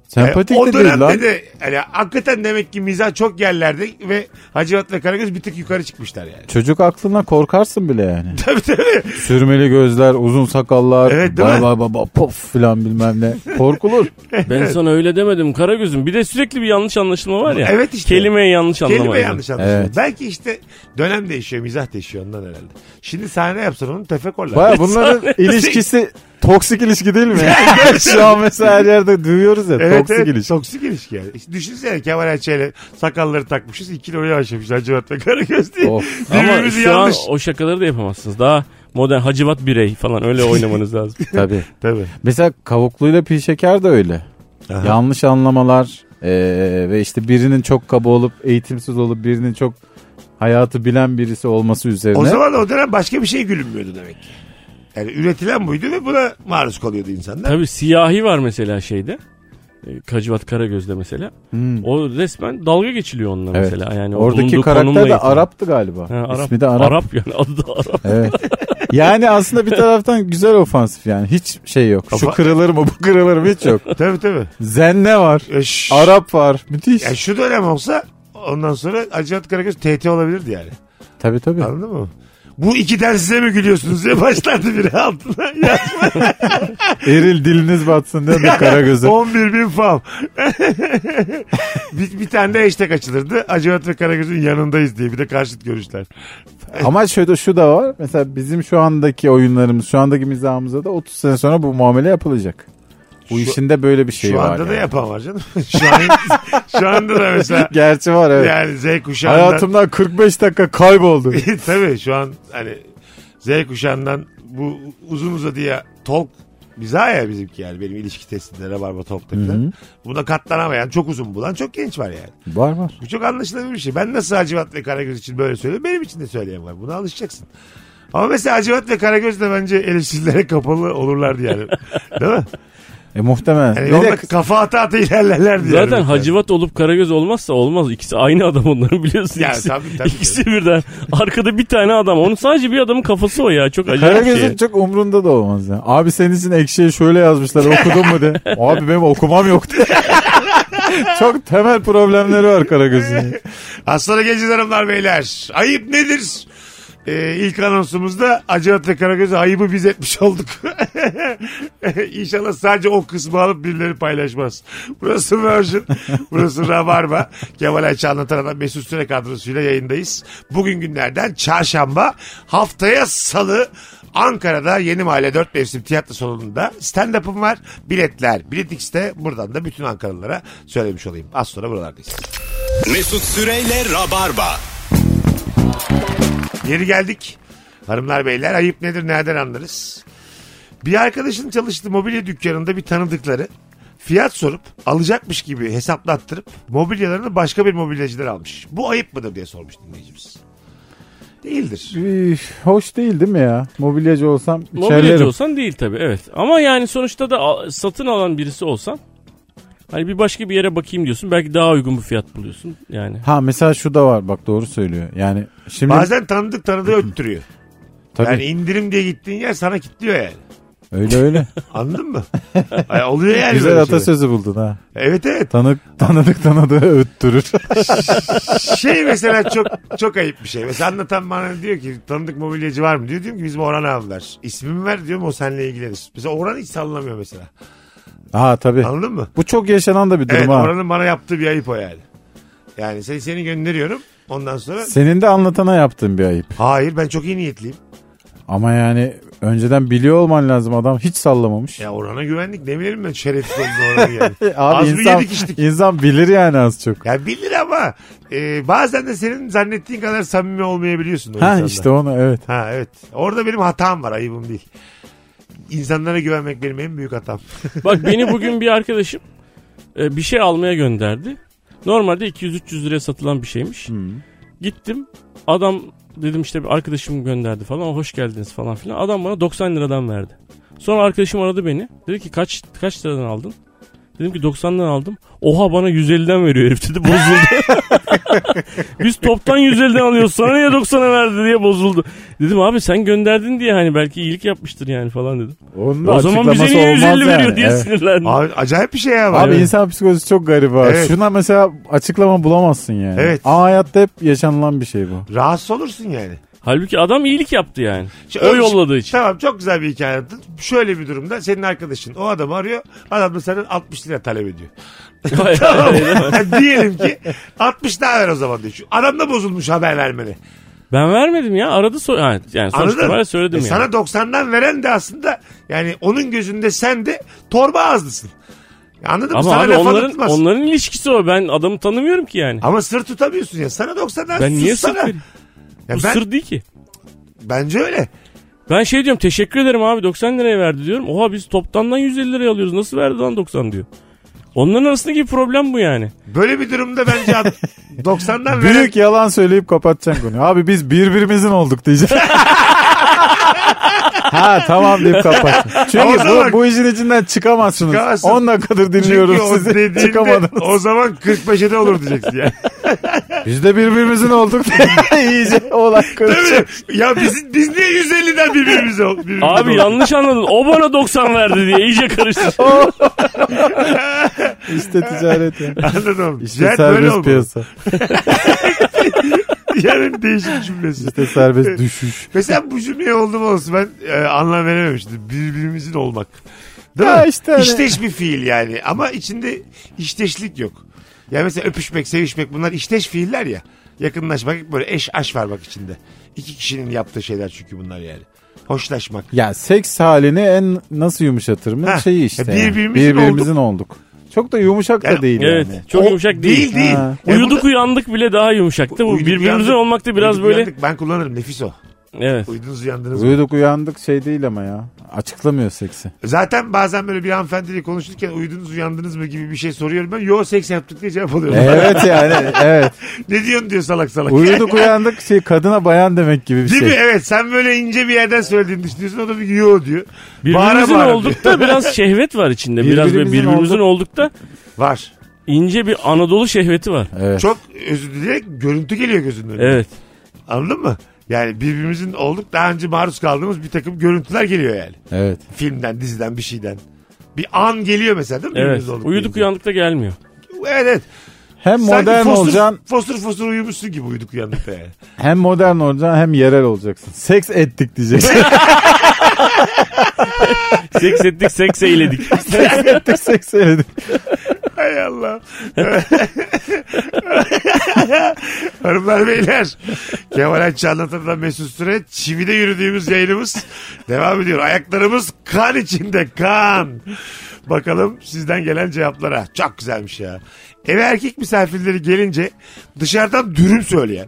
Speaker 4: Sempatik
Speaker 3: o
Speaker 4: de değil
Speaker 3: dönemde
Speaker 4: lan.
Speaker 3: de hani, hakikaten demek ki mizah çok yerlerde ve Hacivat ve Karagöz bir tık yukarı çıkmışlar yani.
Speaker 4: Çocuk aklına korkarsın bile yani.
Speaker 3: Tabii tabii.
Speaker 4: Sürmeli gözler, uzun sakallar,
Speaker 3: Evet, değil mi?
Speaker 4: bay bay baba pof filan bilmem ne. Korkulur.
Speaker 5: Ben sana öyle demedim Karagöz'üm. Bir de sürekli bir yanlış anlaşılma var ya.
Speaker 3: Evet işte.
Speaker 5: Kelimeyi yanlış anlama.
Speaker 3: Kelime yanlış anlaşılıyor.
Speaker 4: Evet.
Speaker 3: Belki işte dönem değişiyor, mizah değişiyor ondan herhalde. Şimdi sahne yapsan onu tefekorlar.
Speaker 4: Baya bunların
Speaker 3: Şey-
Speaker 4: ilişkisi toksik ilişki değil mi? Şu an mesela her yerde duyuyoruz ya
Speaker 3: Evet,
Speaker 4: toksik
Speaker 3: evet,
Speaker 4: ilişki.
Speaker 3: Toksik ilişki yani. İşte düşünsene Kemal Ayça'yla sakalları takmışız. İkili oraya başlamış Hacivat ve Karagöz diye.
Speaker 4: Of.
Speaker 5: Ama
Speaker 3: Birbirimizi
Speaker 5: şu
Speaker 3: yanlış.
Speaker 5: an o şakaları da yapamazsınız. Daha modern hacivat birey falan öyle oynamanız lazım.
Speaker 4: Tabii.
Speaker 3: Tabii.
Speaker 4: Mesela kavukluyla pil şeker de öyle.
Speaker 3: Aha.
Speaker 4: Yanlış anlamalar eee, ve işte birinin çok kaba olup eğitimsiz olup birinin çok hayatı bilen birisi olması üzerine.
Speaker 3: O zaman o dönem başka bir şey gülünmüyordu demek ki. Yani üretilen buydu ve buna maruz kalıyordu insanlar.
Speaker 5: Tabii siyahi var mesela şeyde. E, Kacivat Karagöz'de mesela. O resmen dalga geçiliyor onunla
Speaker 4: Hmm. Evet.
Speaker 5: mesela. Yani o
Speaker 4: Oradaki
Speaker 5: bulunduğu konumla
Speaker 4: karakter de
Speaker 5: ilgili.
Speaker 4: Arap'tı galiba.
Speaker 5: Ha, Arap.
Speaker 4: İsmi de Arap.
Speaker 5: Arap yani adı da Arap.
Speaker 4: Evet. Yani aslında bir taraftan güzel ofansif yani. Hiç şey yok. Şu
Speaker 3: Ama-
Speaker 4: kırılır mı bu kırılır mı hiç yok.
Speaker 3: Tabii tabii.
Speaker 4: Zenne var.
Speaker 3: E, ş-
Speaker 4: Arap var. Müthiş.
Speaker 3: Ya şu dönem olsa ondan sonra Acıvat Karagöz TT olabilirdi yani.
Speaker 4: Tabii tabii.
Speaker 3: Anladın mı? Bu ikiden size mi gülüyorsunuz diye başlardı biri altına. Ya,
Speaker 4: Eril diliniz batsın diyordu Karagöz'e.
Speaker 3: 11 bin fav. bir, bir tane de hashtag açılırdı. Acıvat ve Karagöz'ün yanındayız diye bir de karşıt görüşler.
Speaker 4: Ama şöyle şu da var. Mesela bizim şu andaki oyunlarımız, şu andaki mizahımıza da 30 sene sonra bu muamele yapılacak. Bu
Speaker 3: Şu-
Speaker 4: işinde böyle bir şey
Speaker 3: şu
Speaker 4: var.
Speaker 3: anda da
Speaker 4: yani.
Speaker 3: yapan var canım. şu, an, şu anda da mesela
Speaker 4: Gerçi var evet.
Speaker 3: yani Z kuşağından.
Speaker 4: Hayatımdan 45 dakika kayboldu.
Speaker 3: Tabii şu an hani Z kuşağından bu uzun uzadıya talk biza ya bizimki yani benim ilişki testinde Rabarba Talk'takiler. Buna katlanamayan çok uzun bulan çok genç var yani.
Speaker 4: var var.
Speaker 3: Bu çok anlaşılabilir bir şey. Ben nasıl Hacivat ve Karagöz için böyle söylüyorum benim için de söyleyen var. Buna alışacaksın. Ama mesela Hacivat ve Karagöz de bence eleştirilere kapalı olurlardı yani. Değil mi?
Speaker 4: E muhtemelen.
Speaker 3: Yani
Speaker 4: Bir de
Speaker 3: yolda kafa ata ata ilerlerlerdi yani.
Speaker 5: Zaten Hacivat olup Karagöz olmazsa olmaz. İkisi aynı adam onların biliyorsun.
Speaker 3: Ya
Speaker 5: İkisi,
Speaker 3: tabii, tabii.
Speaker 5: ikisi birden. Arkada bir tane adam. Onun sadece bir adamın kafası o ya. Çok acayip bir
Speaker 4: Karagöz'ün
Speaker 5: şey.
Speaker 4: çok umrunda da olmaz ya. Abi senin için ekşiye şöyle yazmışlar okudun mu de. Abi benim okumam yoktu. çok temel problemleri var Karagöz'ün.
Speaker 3: Az sonra geleceğiz hanımlar beyler. Ayıp nedir? Ee, ilk anonsumuzda Acıvat ve Karagöz'e ayıbı biz etmiş olduk. İnşallah sadece o kısmı alıp birileri paylaşmaz. Burası Virgin, burası Rabarba. Kemal Ayça anlatan adam Mesut Süre kadrosuyla yayındayız. Bugün günlerden çarşamba haftaya salı Ankara'da Yeni Mahalle 4 Mevsim Tiyatro Salonu'nda stand-up'ım var. Biletler, Bilet X'te buradan da bütün Ankaralılara söylemiş olayım. Az sonra buralardayız.
Speaker 2: Mesut Süreyle Rabarba.
Speaker 3: Geri geldik. Hanımlar beyler ayıp nedir nereden anlarız? Bir arkadaşın çalıştığı mobilya dükkanında bir tanıdıkları fiyat sorup alacakmış gibi hesaplattırıp mobilyalarını başka bir mobilyacıdan almış. Bu ayıp mıdır diye sormuş dinleyicimiz. Değildir.
Speaker 4: Üf, Hoş değil değil mi ya? Mobilyacı olsam
Speaker 5: Mobilyacı
Speaker 4: içerlerim.
Speaker 5: olsan değil tabii evet. Ama yani sonuçta da al- satın alan birisi olsan hani bir başka bir yere bakayım diyorsun. Belki daha uygun bir fiyat buluyorsun yani.
Speaker 4: Ha mesela şu da var bak doğru söylüyor. Yani şimdi
Speaker 3: Bazen tanıdık tanıdığı öttürüyor.
Speaker 4: tabii
Speaker 3: Yani indirim diye gittiğin yer sana kilitliyor yani.
Speaker 4: öyle öyle.
Speaker 3: Anladın mı? Ay, oluyor yani.
Speaker 4: Güzel
Speaker 3: böyle şeyler.
Speaker 4: atasözü buldun ha.
Speaker 3: Evet evet.
Speaker 4: Tanık tanıdık tanıdığı öttürür.
Speaker 3: şey mesela çok çok ayıp bir şey. Mesela anlatan bana diyor ki tanıdık mobilyacı var mı? Diyor diyorum ki bizim Orhan abi ver. İsmimi ver diyorum o seninle ilgilenir. Mesela Orhan hiç sallamıyor mesela.
Speaker 4: ha tabii.
Speaker 3: Anladın mı?
Speaker 4: Bu çok yaşanan da bir durum
Speaker 3: Evet
Speaker 4: ha.
Speaker 3: Orhan'ın bana yaptığı bir ayıp o yani. Yani seni, seni gönderiyorum. Ondan sonra
Speaker 4: Senin de anlatana yaptığın bir ayıp.
Speaker 3: hayır ben çok iyi niyetliyim.
Speaker 4: Ama yani önceden biliyor olman lazım adam hiç sallamamış.
Speaker 3: Ya Orhan'a güvendik ne bileyim ben şerefsiz oldum Orhan'ı yani.
Speaker 4: E,
Speaker 3: Az
Speaker 4: Abi
Speaker 3: mı
Speaker 4: insan,
Speaker 3: yedik içtik?
Speaker 4: insan bilir yani az çok.
Speaker 3: Ya bilir ama e, bazen de senin zannettiğin kadar samimi olmayabiliyorsun. o
Speaker 4: Ha
Speaker 3: insanla.
Speaker 4: işte onu evet.
Speaker 3: Ha evet. Orada benim hatam var ayıbım değil. İnsanlara güvenmek benim en büyük hatam.
Speaker 5: Bak beni bugün bir arkadaşım e, bir şey almaya gönderdi. Normalde 200-300 liraya satılan bir şeymiş. Gittim adam dedim işte bir arkadaşım gönderdi falan hoş geldiniz falan filan. Adam bana 90 liradan verdi. Sonra arkadaşım aradı beni. Dedi ki kaç kaç liradan aldın? Dedim ki 90'dan aldım. Oha bana 150'den veriyor herif dedi bozuldu. Biz toptan 150'den alıyoruz sana niye 90'a verdi diye bozuldu. Dedim abi sen gönderdin diye hani belki iyilik yapmıştır yani falan dedim.
Speaker 4: Onun
Speaker 5: O zaman bize
Speaker 4: açıklaması
Speaker 5: niye
Speaker 4: olmaz
Speaker 5: 150 veriyor
Speaker 4: yani.
Speaker 5: diye
Speaker 4: Evet.
Speaker 5: sinirlendim.
Speaker 3: Abi, acayip bir şey ya. bu.
Speaker 4: Abi
Speaker 3: Evet.
Speaker 4: insan psikolojisi çok garip ha.
Speaker 3: Evet.
Speaker 4: Şuna mesela açıklama bulamazsın yani.
Speaker 3: Evet.
Speaker 4: Ama hayatta hep yaşanılan bir şey bu.
Speaker 3: Rahatsız olursun yani.
Speaker 5: Halbuki adam iyilik yaptı yani.
Speaker 3: Şimdi
Speaker 5: o
Speaker 3: öyle- şey-
Speaker 5: yolladığı için.
Speaker 3: Tamam çok güzel bir hikaye anlattın. Şöyle bir durumda senin arkadaşın o adamı arıyor. Adam da senden 60 lira talep ediyor. Tamam. Diyelim ki 60 daha ver o zaman diyor. Şu Adam da bozulmuş haber vermeni.
Speaker 5: ben vermedim ya. Aradı so ha, yani sonuç
Speaker 3: Anladın mı?
Speaker 5: itibariyle söyledim
Speaker 3: E,
Speaker 5: yani.
Speaker 3: Sana 90'dan veren de aslında yani onun gözünde sen de torba ağızlısın. Anladın mı?
Speaker 5: Ama
Speaker 3: Sana
Speaker 5: abi
Speaker 3: laf
Speaker 5: onların,
Speaker 3: anlatmaz.
Speaker 5: onların ilişkisi o. Ben adamı tanımıyorum ki yani.
Speaker 3: Ama sır tutamıyorsun ya. Sana 90'dan
Speaker 5: ben niye
Speaker 3: sus
Speaker 5: sırt
Speaker 3: sana.
Speaker 5: vereyim?
Speaker 3: Ya
Speaker 5: Bu
Speaker 3: ben-
Speaker 5: sır değil ki.
Speaker 3: Bence öyle.
Speaker 5: Ben şey diyorum teşekkür ederim abi 90 liraya verdi diyorum. Oha biz toptandan 150 liraya alıyoruz. Nasıl verdi lan 90 diyor. Onların arasındaki problem bu yani.
Speaker 3: Böyle bir durumda bence at- 90'dan veren...
Speaker 4: Büyük yalan söyleyip kapatacaksın konuyu. Abi biz birbirimizin olduk diyeceksin. ha tamam deyip kapat.
Speaker 3: Ama o
Speaker 4: Çünkü
Speaker 3: zaman-
Speaker 4: bu, bu işin içinden çıkamazsınız.
Speaker 3: Çıkamazsın.
Speaker 4: 10 dakikadır dinliyorum
Speaker 3: Çünkü o
Speaker 4: sizi.
Speaker 3: dediğinde
Speaker 4: Çıkamadınız.
Speaker 3: O zaman 45'e de olur diyeceksin ya.
Speaker 4: Biz de birbirimizin olduk. İyice olay karışıyor.
Speaker 3: Tabii. ya biz, biz niye 150'den birbirimize ol- birbirimize
Speaker 5: Abi
Speaker 3: ol-
Speaker 5: yanlış anladın. O bana 90 verdi diye iyice karıştı.
Speaker 4: İşte ticaret ya.
Speaker 3: Anladım.
Speaker 4: İşte
Speaker 3: Yani böyle
Speaker 4: serbest
Speaker 3: olmalı.
Speaker 4: piyasa.
Speaker 3: Yani değişik cümlesi.
Speaker 4: İşte serbest düşüş.
Speaker 3: Mesela bu cümleye oldu mu olsun ben e, anlam verememiştim. Birbirimizin olmak. Değil
Speaker 4: Ha
Speaker 3: mi?
Speaker 4: işte hani.
Speaker 3: İşteş bir fiil yani ama içinde işteşlik yok. Ya mesela öpüşmek, sevişmek bunlar işteş fiiller ya. Yakınlaşmak böyle eş aş varmak içinde. İki kişinin yaptığı şeyler çünkü bunlar yani. Hoşlaşmak.
Speaker 4: Ya seks halini en nasıl yumuşatır mı?
Speaker 3: Ha,
Speaker 4: Şeyi işte.
Speaker 3: ya
Speaker 4: yani.
Speaker 3: birbirimizin
Speaker 4: birbirimizin olduk. Çok da yumuşak
Speaker 3: Yani-
Speaker 4: da değil
Speaker 5: Evet.
Speaker 4: yani.
Speaker 5: Çok
Speaker 3: O-
Speaker 5: yumuşak değil.
Speaker 3: Değil değil.
Speaker 4: Ha.
Speaker 3: Yani
Speaker 5: Uyuduk
Speaker 3: E, burada-
Speaker 5: uyandık bile daha yumuşaktı. Bu
Speaker 3: Uyuduk,
Speaker 5: birbirimizin
Speaker 3: uyandık.
Speaker 5: olmak da biraz
Speaker 3: Uyuduk,
Speaker 5: böyle.
Speaker 3: uyandık. Ben kullanırım nefis o.
Speaker 5: Evet.
Speaker 3: Uyudunuz uyandınız mı?
Speaker 4: Uyuduk uyandık şey değil ama ya. Açıklamıyor seksi.
Speaker 3: Zaten bazen böyle bir hanımefendiyle konuşurken uyudunuz uyandınız mı gibi bir şey soruyorum ben. Yo seks yaptık diye cevap alıyorum.
Speaker 4: Evet yani evet.
Speaker 3: ne diyorsun diyor salak salak.
Speaker 4: Uyuduk uyandık şey kadına bayan demek gibi bir
Speaker 3: Değil
Speaker 4: şey.
Speaker 3: mi? Evet sen böyle ince bir yerden söylediğini düşünüyorsun. O da bir yo diyor.
Speaker 5: Birbirimizin
Speaker 3: Bağıra bağıra diyor.
Speaker 5: olduk da biraz şehvet var içinde. Biraz böyle
Speaker 4: Birbirimizin
Speaker 5: birbirimizin olduk da
Speaker 3: Var.
Speaker 5: ince bir Anadolu şehveti var.
Speaker 4: Evet.
Speaker 3: Çok özür dileyerek görüntü geliyor gözünün önüne.
Speaker 5: Evet.
Speaker 3: Anladın mı? Yani birbirimizin olduk daha önce maruz kaldığımız bir takım görüntüler geliyor yani.
Speaker 4: Evet.
Speaker 3: Filmden, diziden, bir şeyden. Bir an geliyor mesela değil mi?
Speaker 5: Evet.
Speaker 3: Birbirimiz olduk
Speaker 5: Uyuduk
Speaker 3: deyince.
Speaker 5: uyandık da gelmiyor.
Speaker 3: Evet evet.
Speaker 4: Hem
Speaker 3: Sanki
Speaker 4: modern
Speaker 3: fosur,
Speaker 4: olacaksın,
Speaker 3: Fosur fosur uyumuşsun gibi uyuduk uyandık da yani.
Speaker 4: hem modern olacaksın, hem yerel olacaksın. Seks ettik diyeceksin.
Speaker 5: Seks ettik seks eyledik.
Speaker 4: seks ettik, seks ettik.
Speaker 3: Hay Allah. Hanımlar beyler. Kemal Ayça anlatırdan Mesut Süre. Çivide yürüdüğümüz yayınımız devam ediyor. Ayaklarımız kan içinde kan. Bakalım sizden gelen cevaplara. Çok güzelmiş ya. Eve erkek misafirleri gelince dışarıdan dürüm söyleyen.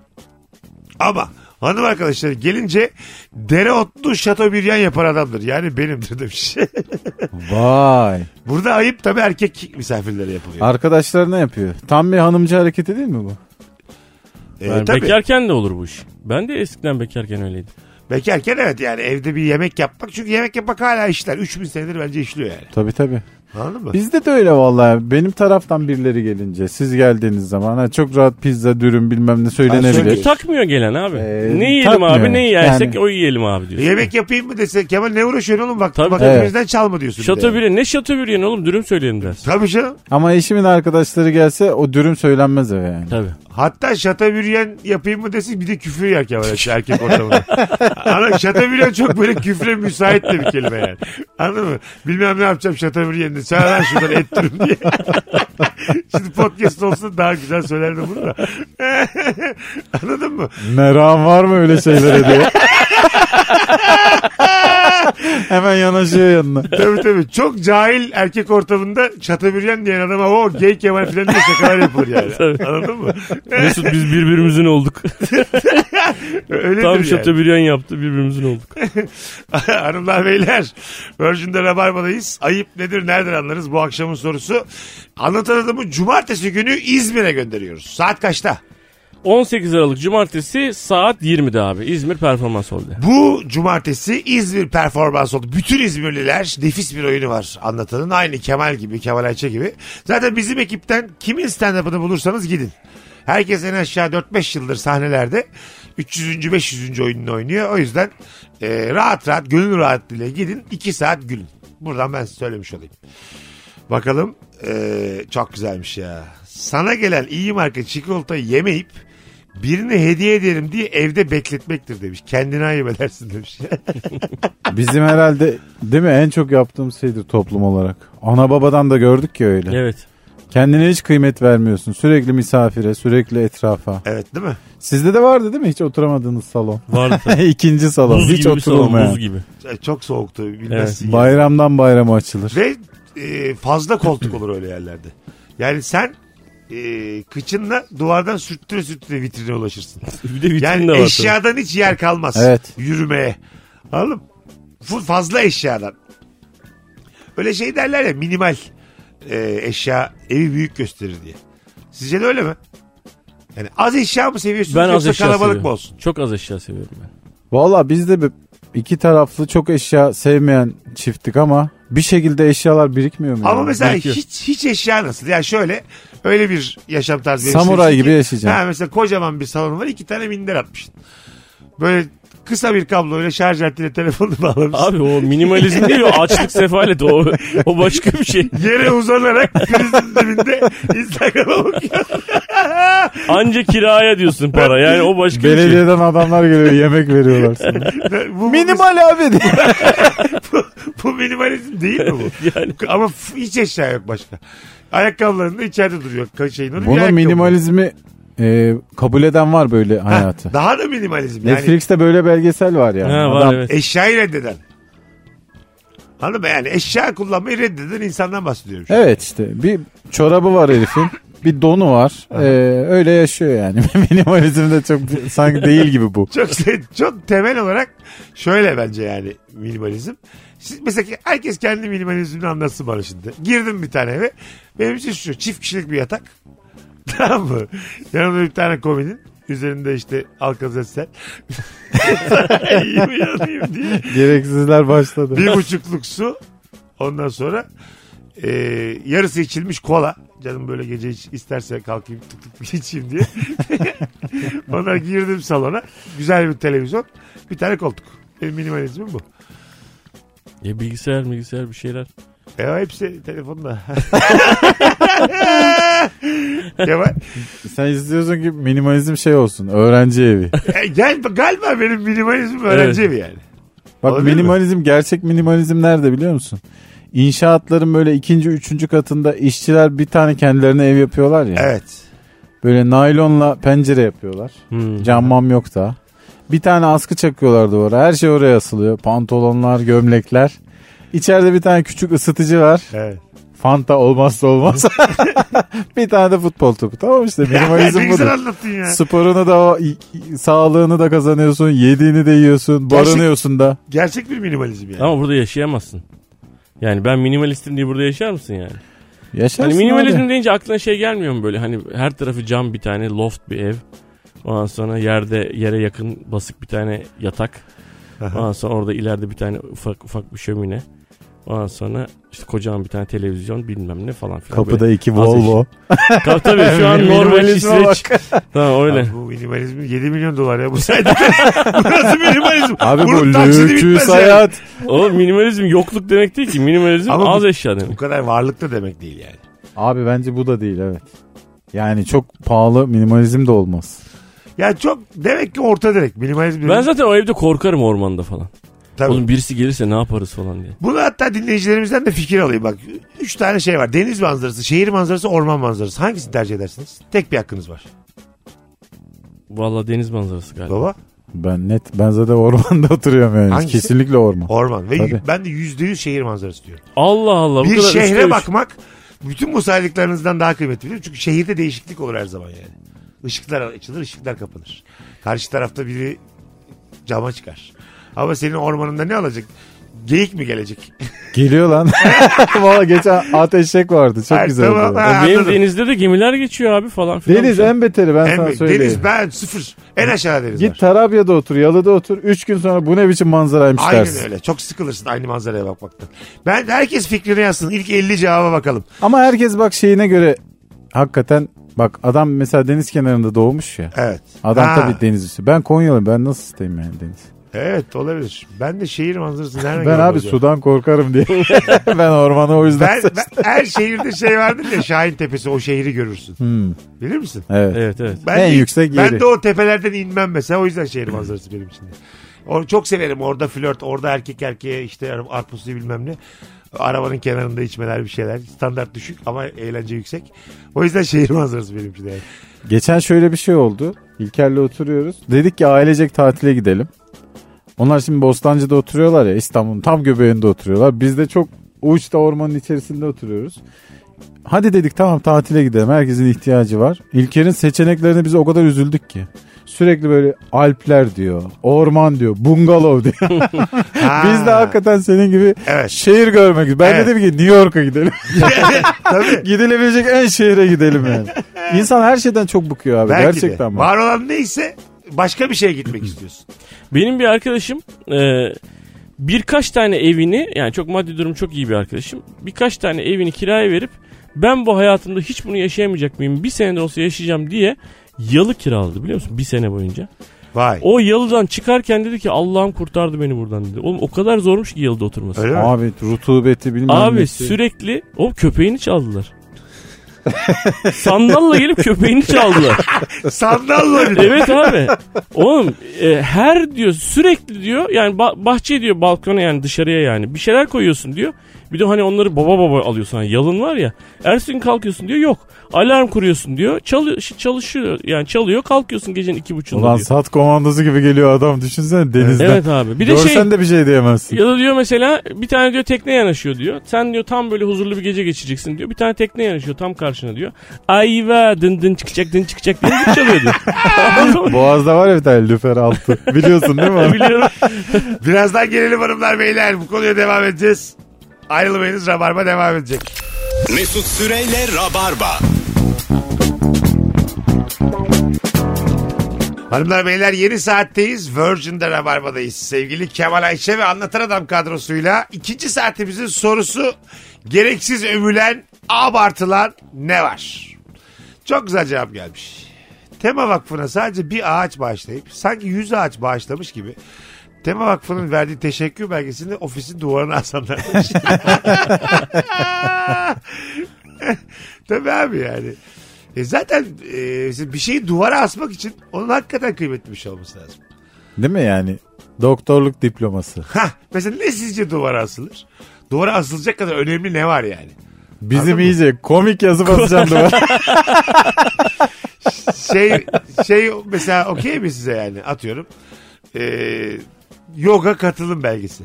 Speaker 3: Ama hanım arkadaşları gelince dereotlu şato biryan yapar adamdır. Yani benimdir demiş.
Speaker 4: Vay.
Speaker 3: Burada ayıp tabii erkek misafirlere yapılıyor.
Speaker 4: Arkadaşlarına yapıyor. Tam bir hanımcı hareketi değil mi bu?
Speaker 3: Ee,
Speaker 5: Yani
Speaker 3: tabii.
Speaker 5: bekarken de olur bu iş. Ben de eskiden bekarken öyleydi.
Speaker 3: Bekarken evet yani evde bir yemek yapmak. Çünkü yemek yapmak hala işler. 3000 senedir bence işliyor yani.
Speaker 4: Tabii tabii.
Speaker 3: Anladın mı?
Speaker 4: Bizde de öyle vallahi. Benim taraftan birileri gelince, siz geldiğiniz zaman ha, çok rahat pizza, dürüm bilmem ne
Speaker 5: Çünkü
Speaker 4: söylenebilir.
Speaker 5: takmıyor gelen abi.
Speaker 3: E,
Speaker 4: Ee,
Speaker 5: ne yiyelim
Speaker 4: takmıyor.
Speaker 5: abi ne yersek
Speaker 4: Yani-
Speaker 5: o yiyelim abi diyor.
Speaker 3: Yemek yapayım mı dese Kemal ne uğraşıyorsun oğlum bak
Speaker 5: Tabii.
Speaker 3: vaktimizden çalma diyorsun. bir de
Speaker 5: Şato
Speaker 3: yani.
Speaker 5: bire ne şato biryen oğlum dürüm söyleyelim dersin.
Speaker 3: Tabii canım.
Speaker 4: Ama eşimin arkadaşları gelse o dürüm söylenmez eve yani.
Speaker 5: Tabii.
Speaker 3: Hatta şata bürüyen yapayım mı desin bir de küfür yer Kemal Ayça erkek ortamında. Ana şata bürüyen çok böyle küfre müsait de bir kelime yani. Anladın mı? Bilmem ne yapacağım şata bürüyen de. Sen lan şuradan et dürüm diye. Şimdi podcast olsa daha güzel söylerdim bunu da. Anladın mı?
Speaker 4: Meram var mı öyle şeylere diye. Hemen yanaşıyor yanına.
Speaker 3: tabii tabii. Çok cahil erkek ortamında çatabüryen diyen adama o gay kemal filan diye şakalar yapılır yani. Anladın mı?
Speaker 5: Mesut biz birbirimizin olduk.
Speaker 3: Öyledir
Speaker 5: Tam
Speaker 3: yani.
Speaker 5: şato biryen yaptı birbirimizin olduk.
Speaker 3: Hanımlar beyler Virgin'de Rabarba'dayız. Ayıp nedir nereden anlarız bu akşamın sorusu. Anlatan adamı cumartesi günü İzmir'e gönderiyoruz. Saat kaçta?
Speaker 5: 18 Aralık Cumartesi saat 20'de abi. İzmir Performans Hall'de.
Speaker 3: Bu cumartesi İzmir performans oldu. Bütün İzmirliler nefis bir oyunu var anlatanın. Aynı Kemal gibi, Kemal Ayça gibi. Zaten bizim ekipten kimin stand-up'ını bulursanız gidin. Herkes en aşağı 4-5 yıldır sahnelerde 300. 500. oyununu oynuyor. O yüzden e, rahat rahat, gönül rahatlığıyla gidin. 2 saat gülün. Buradan ben size söylemiş olayım. Bakalım e, çok güzelmiş ya. Sana gelen iyi marka çikolatayı yemeyip birini hediye ederim diye evde bekletmektir demiş. Kendine ayıp edersin demiş.
Speaker 4: Bizim herhalde değil mi en çok yaptığımız şeydir toplum olarak. Ana babadan da gördük ya öyle.
Speaker 5: Evet.
Speaker 4: Kendine hiç kıymet vermiyorsun. Sürekli misafire, sürekli etrafa.
Speaker 3: evet değil mi?
Speaker 4: Sizde de vardı değil mi hiç oturamadığınız salon?
Speaker 5: Vardı. tabii.
Speaker 4: İkinci salon.
Speaker 5: Buz
Speaker 4: hiç
Speaker 5: gibi bir salon,
Speaker 4: oturulmayan.
Speaker 5: buz gibi.
Speaker 3: E, Çok soğuktu bilmezsin. yani.
Speaker 4: Bayramdan bayrama açılır.
Speaker 3: Ve e, fazla koltuk olur öyle yerlerde. Yani sen e, kıçınla duvardan sürttüre sürttüre vitrine ulaşırsın.
Speaker 5: Bir de vitrin de
Speaker 3: Yani
Speaker 5: var. tabii.
Speaker 3: eşyadan hiç yer kalmaz.
Speaker 4: Evet.
Speaker 3: Yürümeye. Anladın mı? Full fazla eşyadan. Öyle şey derler ya minimal e, eşya evi büyük gösterir diye. Sizce de öyle mi? Yani az eşya mı seviyorsunuz
Speaker 5: Ben az
Speaker 3: yoksa
Speaker 5: eşya
Speaker 3: kalabalık
Speaker 5: seviyorum.
Speaker 3: mı olsun?
Speaker 5: Çok az eşya seviyorum ben.
Speaker 4: Valla bizde bir- İki taraflı çok eşya sevmeyen çifttik ama bir şekilde eşyalar birikmiyor mu?
Speaker 3: Ama
Speaker 4: ya?
Speaker 5: Hmm,
Speaker 3: mesela
Speaker 4: Birikiyor.
Speaker 3: hiç hiç eşya nasıl? Yani şöyle öyle bir yaşam tarzı. benimsemişim
Speaker 4: Samuray
Speaker 3: ki-
Speaker 4: gibi yaşayacaksın.
Speaker 3: Ha, mesela kocaman bir salon var iki tane minder atmışsın. Böyle kısa bir kabloyla şarj aletiyle telefonunu bağlamışsın.
Speaker 5: Abi o minimalizm değil o açlık sefalet o, o başka bir şey.
Speaker 3: Yere uzanarak prizin dibinde Instagram'a bakıyor.
Speaker 5: Anca kiraya diyorsun para yani o başka bir şey.
Speaker 4: Belediyeden adamlar geliyor yemek veriyorlar sana.
Speaker 3: Bu- bu,
Speaker 4: Minimal abi diye.
Speaker 3: Bu minimalizm değil mi bu? Ama f- hiç eşya yok başka. Ayakkabıların da içeride duruyor. Ka- Şeyin, onun bir
Speaker 4: Bunu
Speaker 3: ayakkabı.
Speaker 4: minimalizmi e, kabul eden var böyle
Speaker 3: Ha,
Speaker 4: hayatı.
Speaker 3: Daha da minimalizm. Yani
Speaker 4: Netflix'te böyle belgesel var yani.
Speaker 5: Ha, var,
Speaker 4: Adam
Speaker 5: evet.
Speaker 3: eşyayı reddeden. Anladın mı? Yani eşya kullanmayı reddeden insandan bahsediyorum. şu an.
Speaker 4: Evet işte bir çorabı var herifin. Bir donu var. Ee, öyle yaşıyor yani. Minimalizm de çok sanki değil gibi bu.
Speaker 3: Çok çok temel olarak şöyle bence yani minimalizm. Siz, mesela ki herkes kendi minimalizmini anlatsın bana şimdi. Girdim bir tane eve. Benim için şu çift kişilik bir yatak. Tamam mı? Yanımda bir tane kominin. Üzerinde işte alkazetsel. Yiyeyim yanayım diye.
Speaker 4: Gereksizler başladı.
Speaker 3: Bir buçukluk su. Ondan sonra e, yarısı içilmiş kola. Canım böyle gece iç- isterse kalkayım tık tık tık içeyim diye. Ona girdim salona. Güzel bir televizyon. Bir tane koltuk. Benim minimalizmim bu.
Speaker 5: Ya bilgisayar bilgisayar bir şeyler.
Speaker 3: E o hepsi telefonda. Kemal,
Speaker 4: Sen istiyorsun ki minimalizm şey olsun. Öğrenci evi.
Speaker 3: e, gel, galiba benim minimalizmim öğrenci evi yani.
Speaker 4: Bak
Speaker 3: Olabilir mi?
Speaker 4: minimalizm gerçek minimalizm nerede biliyor musun? İnşaatların böyle ikinci üçüncü katında işçiler bir tane kendilerine ev yapıyorlar ya.
Speaker 3: Evet.
Speaker 4: Böyle naylonla pencere yapıyorlar.
Speaker 5: Hmm.
Speaker 4: Cammam yok da. Bir tane askı çakıyorlar duvara. Her şey oraya asılıyor. Pantolonlar, gömlekler. İçeride bir tane küçük ısıtıcı var.
Speaker 3: evet.
Speaker 4: Fanta olmazsa olmaz. bir tane de futbol topu. Tamam işte
Speaker 3: ne
Speaker 4: minimalizm
Speaker 3: güzel
Speaker 4: budur.
Speaker 3: anlattın ya.
Speaker 4: Sporunu da o- i- i- sağlığını da kazanıyorsun. Yediğini de yiyorsun.
Speaker 3: Gerçek-
Speaker 4: Barınıyorsun da.
Speaker 3: Gerçek bir minimalizm yani.
Speaker 5: Ama burada yaşayamazsın. Yani ben minimalistim diye burada yaşar mısın yani?
Speaker 4: Yaşarsın
Speaker 5: Hani minimalizm
Speaker 4: abi.
Speaker 5: deyince aklına şey gelmiyor mu böyle? Hani her tarafı cam bir tane loft bir ev. Ondan sonra yerde yere yakın basık bir tane yatak. Ondan sonra orada ileride bir tane ufak ufak bir şömine. Ondan sonra işte kocaman bir tane televizyon bilmem ne falan filan.
Speaker 4: Kapıda
Speaker 5: Böyle
Speaker 4: iki
Speaker 5: az
Speaker 4: Volvo.
Speaker 5: eş- Tabii tabii şu an Norveç,
Speaker 4: Minimalizme
Speaker 5: İsveç. Tamam öyle.
Speaker 3: Abi bu minimalizm 7 milyon dolar ya bu sayede. Burası minimalizm.
Speaker 4: Abi bu
Speaker 3: Bunun taksidi bitmez
Speaker 4: lüküs
Speaker 3: yani.
Speaker 4: hayat.
Speaker 5: Oğlum minimalizm yokluk demek değil ki. Minimalizm
Speaker 3: Ama bu-
Speaker 5: az eşya demek.
Speaker 3: Bu kadar varlıklı demek değil yani.
Speaker 4: Abi bence bu da değil evet. Yani çok pahalı minimalizm de olmaz.
Speaker 3: Ya çok demek ki orta direk minimalizm.
Speaker 5: Ben
Speaker 3: demek-
Speaker 5: zaten o evde korkarım ormanda falan.
Speaker 3: Tabii.
Speaker 5: Oğlum birisi gelirse ne yaparız falan diye.
Speaker 3: Bunu hatta dinleyicilerimizden de fikir alayım bak. Üç tane şey var. Deniz manzarası, şehir manzarası, orman manzarası. Hangisini tercih edersiniz? Tek bir hakkınız var.
Speaker 5: Vallahi deniz manzarası galiba.
Speaker 3: Baba
Speaker 4: Ben net ben zaten ormanda oturuyorum yani.
Speaker 3: Hangisi?
Speaker 4: Kesinlikle orman.
Speaker 3: orman. Ve
Speaker 4: Tabii.
Speaker 3: y- ben de yüzde yüz şehir manzarası diyorum.
Speaker 5: Allah Allah. bu
Speaker 3: bir
Speaker 5: kadar üçte
Speaker 3: şehre
Speaker 5: üç.
Speaker 3: bakmak bütün bu saydıklarınızdan daha kıymetli. değil mi? Çünkü şehirde değişiklik olur her zaman yani. Işıklar açılır, ışıklar kapanır. Karşı tarafta biri cama çıkar. Ama senin ormanında ne alacak? Geyik mi gelecek?
Speaker 4: Geliyor lan. Valla geçen ateşek vardı. Çok
Speaker 3: Ay,
Speaker 4: güzel.
Speaker 3: tamam, ha,
Speaker 5: Benim
Speaker 3: anladım.
Speaker 5: denizde de gemiler geçiyor abi falan filan.
Speaker 4: Deniz en beteri ben
Speaker 3: En-
Speaker 4: sana söyleyeyim.
Speaker 3: deniz ben sıfır. En aşağı deniz
Speaker 4: Git
Speaker 3: var.
Speaker 4: Tarabya'da otur, Yalı'da otur. Üç gün sonra bu ne biçim manzaraymış
Speaker 3: Aynen
Speaker 4: dersin.
Speaker 3: öyle. Çok sıkılırsın aynı manzaraya bakmaktan. Ben herkes fikrini yazsın. İlk 50 cevaba bakalım.
Speaker 4: Ama herkes bak şeyine göre hakikaten bak adam mesela deniz kenarında doğmuş ya.
Speaker 3: Evet.
Speaker 4: Adam
Speaker 3: Ha,
Speaker 4: tabii deniz üstü. Ben Konyalıyım. Ben nasıl isteyeyim yani deniz?
Speaker 3: Evet olabilir. Ben de şehir manzarası nereden
Speaker 4: Ben
Speaker 3: görüyorum
Speaker 4: abi
Speaker 3: acaba?
Speaker 4: sudan korkarım diye. ben ormana o yüzden
Speaker 3: Ben,
Speaker 4: seçtim.
Speaker 3: ben- her şehirde şey vardır ya Şahin Tepesi o şehri görürsün.
Speaker 4: Hmm,
Speaker 3: Bilir misin?
Speaker 4: evet.
Speaker 5: Evet evet.
Speaker 3: Ben
Speaker 4: En yüksek
Speaker 3: ben
Speaker 4: yeri.
Speaker 3: de o tepelerden inmem mesela o yüzden şehir manzarası benim için. de. Onu çok severim orada flört orada erkek erkeğe işte arpuzlu bilmem ne. Arabanın kenarında içmeler bir şeyler. Standart düşük ama eğlence yüksek. O yüzden şehir manzarası benim için. de Yani.
Speaker 4: Geçen şöyle bir şey oldu. İlker'le oturuyoruz. Dedik ki ailecek tatile gidelim. Onlar şimdi Bostancı'da oturuyorlar ya İstanbul'un tam göbeğinde oturuyorlar. Biz de çok uçta ormanın içerisinde oturuyoruz. Hadi dedik tamam tatile gidelim. Herkesin ihtiyacı var. İlker'in seçeneklerine biz o kadar üzüldük ki. Sürekli böyle alpler diyor, orman diyor, bungalov diyor. Biz de hakikaten senin gibi
Speaker 3: Evet.
Speaker 4: şehir görmek istiyoruz. Ben
Speaker 3: Evet.
Speaker 4: dedim ki New York'a gidelim.
Speaker 3: Tabii.
Speaker 4: Gidilebilecek en şehre gidelim yani. İnsan her şeyden çok bıkıyor abi.
Speaker 3: Belki
Speaker 4: Gerçekten
Speaker 3: de.
Speaker 4: bak.
Speaker 3: Var olan neyse başka bir şeye gitmek istiyorsun.
Speaker 5: Benim bir arkadaşım e, birkaç tane evini yani çok maddi durum çok iyi bir arkadaşım. Birkaç tane evini kiraya verip ben bu hayatımda hiç bunu yaşayamayacak mıyım? Bir sene de olsa yaşayacağım diye yalı kiraladı biliyor musun? Bir sene boyunca.
Speaker 3: Vay.
Speaker 5: O yalıdan çıkarken dedi ki Allah'ım kurtardı beni buradan dedi. Oğlum o kadar zormuş ki yalıda oturması.
Speaker 3: Öyle mi?
Speaker 4: Abi rutubeti bilmem
Speaker 5: Abi
Speaker 4: nesi.
Speaker 5: sürekli o köpeğini çaldılar. Sandalla gelip köpeğini çaldılar.
Speaker 3: Sandalla bir de.
Speaker 5: Evet abi. Oğlum e, her diyor sürekli diyor yani ba- bahçe diyor balkona yani dışarıya yani bir şeyler koyuyorsun diyor. Bir de hani onları baba baba alıyor sana yalın var ya. Ertesi gün kalkıyorsun diyor yok. Alarm kuruyorsun diyor. Çalı- ş- çalışıyor yani çalıyor kalkıyorsun gecenin iki buçuğunda
Speaker 4: Ulan
Speaker 5: diyor.
Speaker 4: sat komandosu gibi geliyor adam düşünsene denizden.
Speaker 5: Evet abi. Bir de
Speaker 4: Görsen
Speaker 5: şey
Speaker 4: de bir şey diyemezsin.
Speaker 5: ya da diyor mesela bir tane diyor tekne yanaşıyor diyor. Sen diyor tam böyle huzurlu bir gece geçireceksin diyor. Bir tane tekne yanaşıyor tam karşına diyor. Ayva dın dın çıkacak dın çıkacak diye müzik çalıyor diyor. Anladın mı?
Speaker 4: Boğaz'da var ya bir tane lüfer altı. Biliyorsun değil mi? onu?
Speaker 5: Biliyorum.
Speaker 3: Birazdan gelelim hanımlar beyler. Bu konuya devam edeceğiz. Ayrılmayınız Rabarba devam edecek.
Speaker 2: Mesut Süreyle Rabarba.
Speaker 3: Hanımlar beyler yeni saatteyiz. Virgin'de Rabarba'dayız. Sevgili Kemal Ayşe ve Anlatan Adam kadrosuyla ikinci saatimizin sorusu gereksiz övülen, abartılan ne var? Çok güzel cevap gelmiş. Tema Vakfı'na sadece bir ağaç bağışlayıp sanki yüz ağaç bağışlamış gibi Tema Vakfı'nın verdiği teşekkür belgesini ofisin duvarına asanlar. Tabii abi yani. E zaten e, siz bir şeyi duvara asmak için onun hakikaten kıymetli bir şey olması lazım.
Speaker 4: Değil mi yani? Doktorluk diploması.
Speaker 3: Hah, mesela ne sizce duvara asılır? Duvara asılacak kadar önemli ne var yani?
Speaker 4: Bizim
Speaker 3: Anladın mı?
Speaker 4: iyice komik yazı basacağım da ben.
Speaker 3: Şey şey mesela okey mi size yani atıyorum. E, yoga katılım belgesi.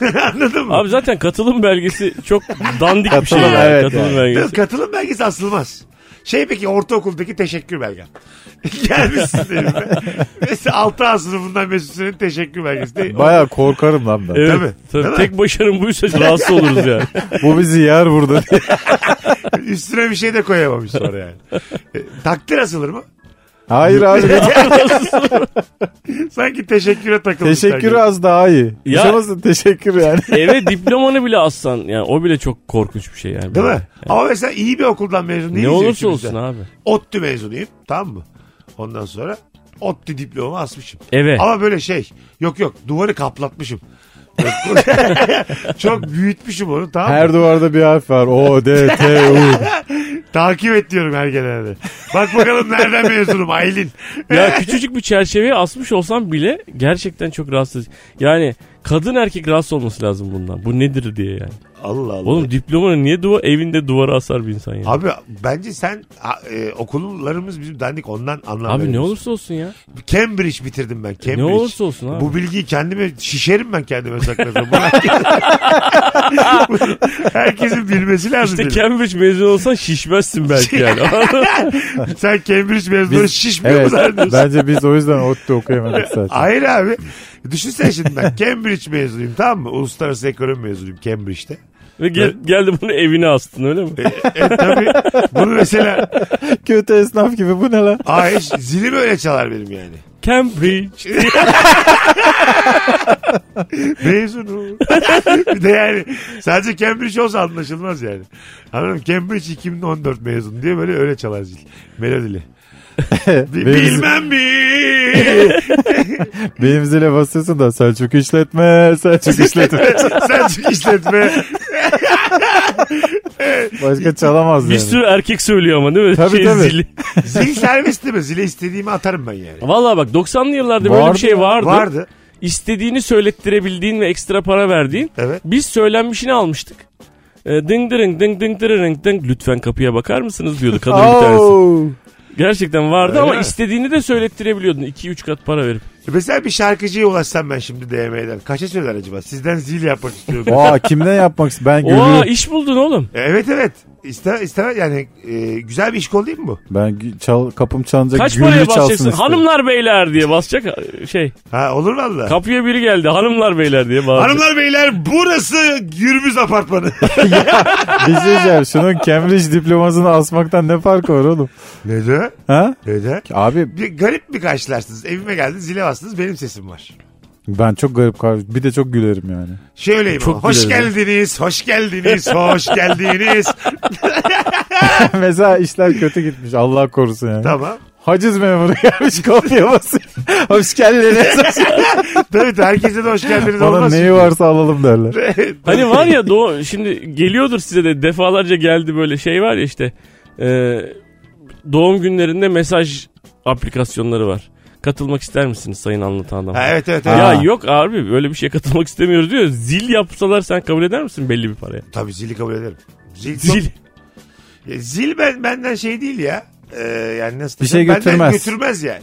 Speaker 3: Anladın mı?
Speaker 5: Abi zaten katılım belgesi çok dandik bir şey.
Speaker 4: Katılım,
Speaker 5: yani.
Speaker 4: evet
Speaker 5: katılım
Speaker 4: yani.
Speaker 3: Değil mi?
Speaker 5: belgesi.
Speaker 3: Katılım belgesi asılmaz. Şey peki ortaokuldaki teşekkür belgen. Gelmişsin evime. Mesela 6 A sınıfından Mesut Süren'in teşekkür belgesi. Değil.
Speaker 4: Baya korkarım lan ben.
Speaker 5: Evet.
Speaker 3: Tabii,
Speaker 5: tabii.
Speaker 3: değil mi?
Speaker 5: Tek başarım buysa rahatsız oluruz yani.
Speaker 4: Bu bizi yer burada diye.
Speaker 3: Üstüne bir şey de koyamamış sonra yani. E, takdir asılır mı?
Speaker 4: Hayır abi.
Speaker 3: Sanki teşekküre takılmış.
Speaker 4: Teşekkür az daha iyi.
Speaker 5: Ya-
Speaker 4: Yaşamasın teşekkür yani.
Speaker 5: Eve diplomanı bile assan yani o bile çok korkunç bir şey yani.
Speaker 3: Değil mi? Ama mesela iyi bir okuldan mezun değiliz. ya
Speaker 5: Ne olursa
Speaker 3: üçümüz de.
Speaker 5: olsun abi.
Speaker 3: ODTÜ mezunuyum tamam mı? Ondan sonra ODTÜ diplomamı asmışım.
Speaker 5: Eve.
Speaker 3: Ama böyle şey yok yok duvarı kaplatmışım. Çok büyütmüşüm onu tamam mı?
Speaker 4: Her duvarda bir harf var. O, D, T, U.
Speaker 3: Takip et diyorum her genelde. Bak bakalım nereden mezunum Aylin.
Speaker 5: Ya küçücük bir çerçeveye asmış olsam bile gerçekten çok rahatsız. Yani kadın erkek rahatsız olması lazım bundan. Bu nedir diye yani.
Speaker 3: Allah Allah.
Speaker 5: Oğlum diplomanı niye duva evinde duvara asar bir insan ya? Abi,
Speaker 3: Abi bence sen ha, e, okullarımız bizim dandik ondan anlam
Speaker 5: ne
Speaker 3: veremiyorsun.
Speaker 5: olursa olsun ya.
Speaker 3: Cambridge bitirdim ben Cambridge.
Speaker 5: E, Ne olursa olsun abi.
Speaker 3: Bu bilgiyi kendime şişerim ben kendime sakladım. Bunu herkes- herkesin bilmesi lazım.
Speaker 5: İşte
Speaker 3: benim.
Speaker 5: Cambridge mezun olsan şişmezsin belki yani.
Speaker 3: Sen Cambridge mezunu şişmiyor mu
Speaker 4: Evet.
Speaker 3: zannediyorsun?
Speaker 4: Bence biz o yüzden ODTÜ okuyamadık zaten.
Speaker 3: Hayır abi. Düşünsene şimdi ben Cambridge mezunuyum tamam mı? Uluslararası ekonomi mezunuyum Cambridge'de.
Speaker 5: Ve gel, geldi bunu evine astın öyle mi?
Speaker 3: E tabii bunu mesela
Speaker 4: Kötü esnaf gibi bu ne lan?
Speaker 3: ay zilim öyle çalar benim yani.
Speaker 5: Cambridge.
Speaker 3: Mezunum. bir de yani sadece Cambridge olsa anlaşılmaz yani. Anladın mı? Cambridge 2014 mezun diye böyle öyle çalar zil. Melodili. Bi-
Speaker 4: Benim-
Speaker 3: Bilmem mi?
Speaker 4: Benim zile basıyorsun da Selçuk işletme, Selçuk işletme.
Speaker 3: Sen çünkü işletme.
Speaker 4: Başka çalamaz
Speaker 5: Bir
Speaker 4: yani.
Speaker 5: sürü erkek söylüyor ama değil mi? Şey
Speaker 4: Tabii, tabii.
Speaker 5: zili.
Speaker 3: Zil serbest değil mi? Zile istediğimi atarım ben yani.
Speaker 5: Vallahi bak 90'lı yıllarda böyle
Speaker 4: Vardı
Speaker 5: bir şey
Speaker 4: ya,
Speaker 5: vardı.
Speaker 3: Vardı.
Speaker 5: İstediğini söylettirebildiğin ve ekstra para verdiğin.
Speaker 3: Evet.
Speaker 5: Biz söylenmişini almıştık. E, ding dırın ding ding dırın ding lütfen kapıya bakar mısınız diyordu kadın bir tanesi.
Speaker 4: Oo.
Speaker 5: Gerçekten vardı
Speaker 3: Öyle
Speaker 5: ama
Speaker 3: mi?
Speaker 5: istediğini de söylettirebiliyordun 2-3 kat para verip.
Speaker 3: E Mesela bir şarkıcıya ulaşsam ben şimdi DM'den. Kaça söyler acaba? Sizden zil yapmak istiyorum. E
Speaker 4: Aa kimden yapmak istiyorsun? Ben
Speaker 5: Oha
Speaker 4: görüyorum.
Speaker 5: iş buldun oğlum.
Speaker 3: evet evet. İster, istemez yani e, güzel bir iş kol değil mi bu?
Speaker 4: Ben gü- çal, kapım çalınacak
Speaker 5: Kaç
Speaker 4: gürlü
Speaker 5: paraya
Speaker 4: çalsın
Speaker 5: basacaksın?
Speaker 4: isterim.
Speaker 5: Hanımlar beyler diye basacak şey.
Speaker 3: Ha olur valla.
Speaker 5: Kapıya biri geldi. Hanımlar beyler diye bağıracak.
Speaker 3: Hanımlar beyler burası Gürbüz Apartmanı.
Speaker 4: Bir şey diyeceğim şunun Cambridge diplomasını asmaktan ne farkı var oğlum?
Speaker 3: Neden?
Speaker 4: Ha?
Speaker 3: Neden?
Speaker 4: Abi
Speaker 3: Bir garip mi karşılarsınız? Evime geldiniz zile bastınız benim sesim var.
Speaker 4: ben çok garip kar- bir de çok gülerim yani.
Speaker 3: Şöyleyim
Speaker 4: Çok
Speaker 3: ama. Hoş
Speaker 4: gülerim.
Speaker 3: geldiniz, hoş geldiniz, hoş geldiniz.
Speaker 4: Mesela işler kötü gitmiş Allah korusun yani.
Speaker 3: tamam.
Speaker 4: Haciz memuru gelmiş kopya basıyor. Hoş geldiniz.
Speaker 3: Tabii tabii herkese de hoş geldiniz
Speaker 4: Bana
Speaker 3: olmaz.
Speaker 4: neyi varsa alalım derler.
Speaker 5: Hani var ya doğu şimdi geliyordur size de defalarca geldi böyle şey var ya işte e, doğum günlerinde mesaj aplikasyonları var. Katılmak ister misiniz sayın anlatan adam?
Speaker 3: Ha, evet evet. evet.
Speaker 5: Ya
Speaker 4: Ha.
Speaker 5: yok abi böyle bir şeye katılmak istemiyoruz diyor. Zil yapsalar sen kabul eder misin belli bir paraya?
Speaker 3: Tabii zili kabul ederim. Zil, çok-
Speaker 5: Zil.
Speaker 3: Ya zil ben, benden şey değil ya. Ee, yani nasıl
Speaker 4: Bir şey
Speaker 3: desem, Benden
Speaker 4: götürmez.
Speaker 3: götürmez yani.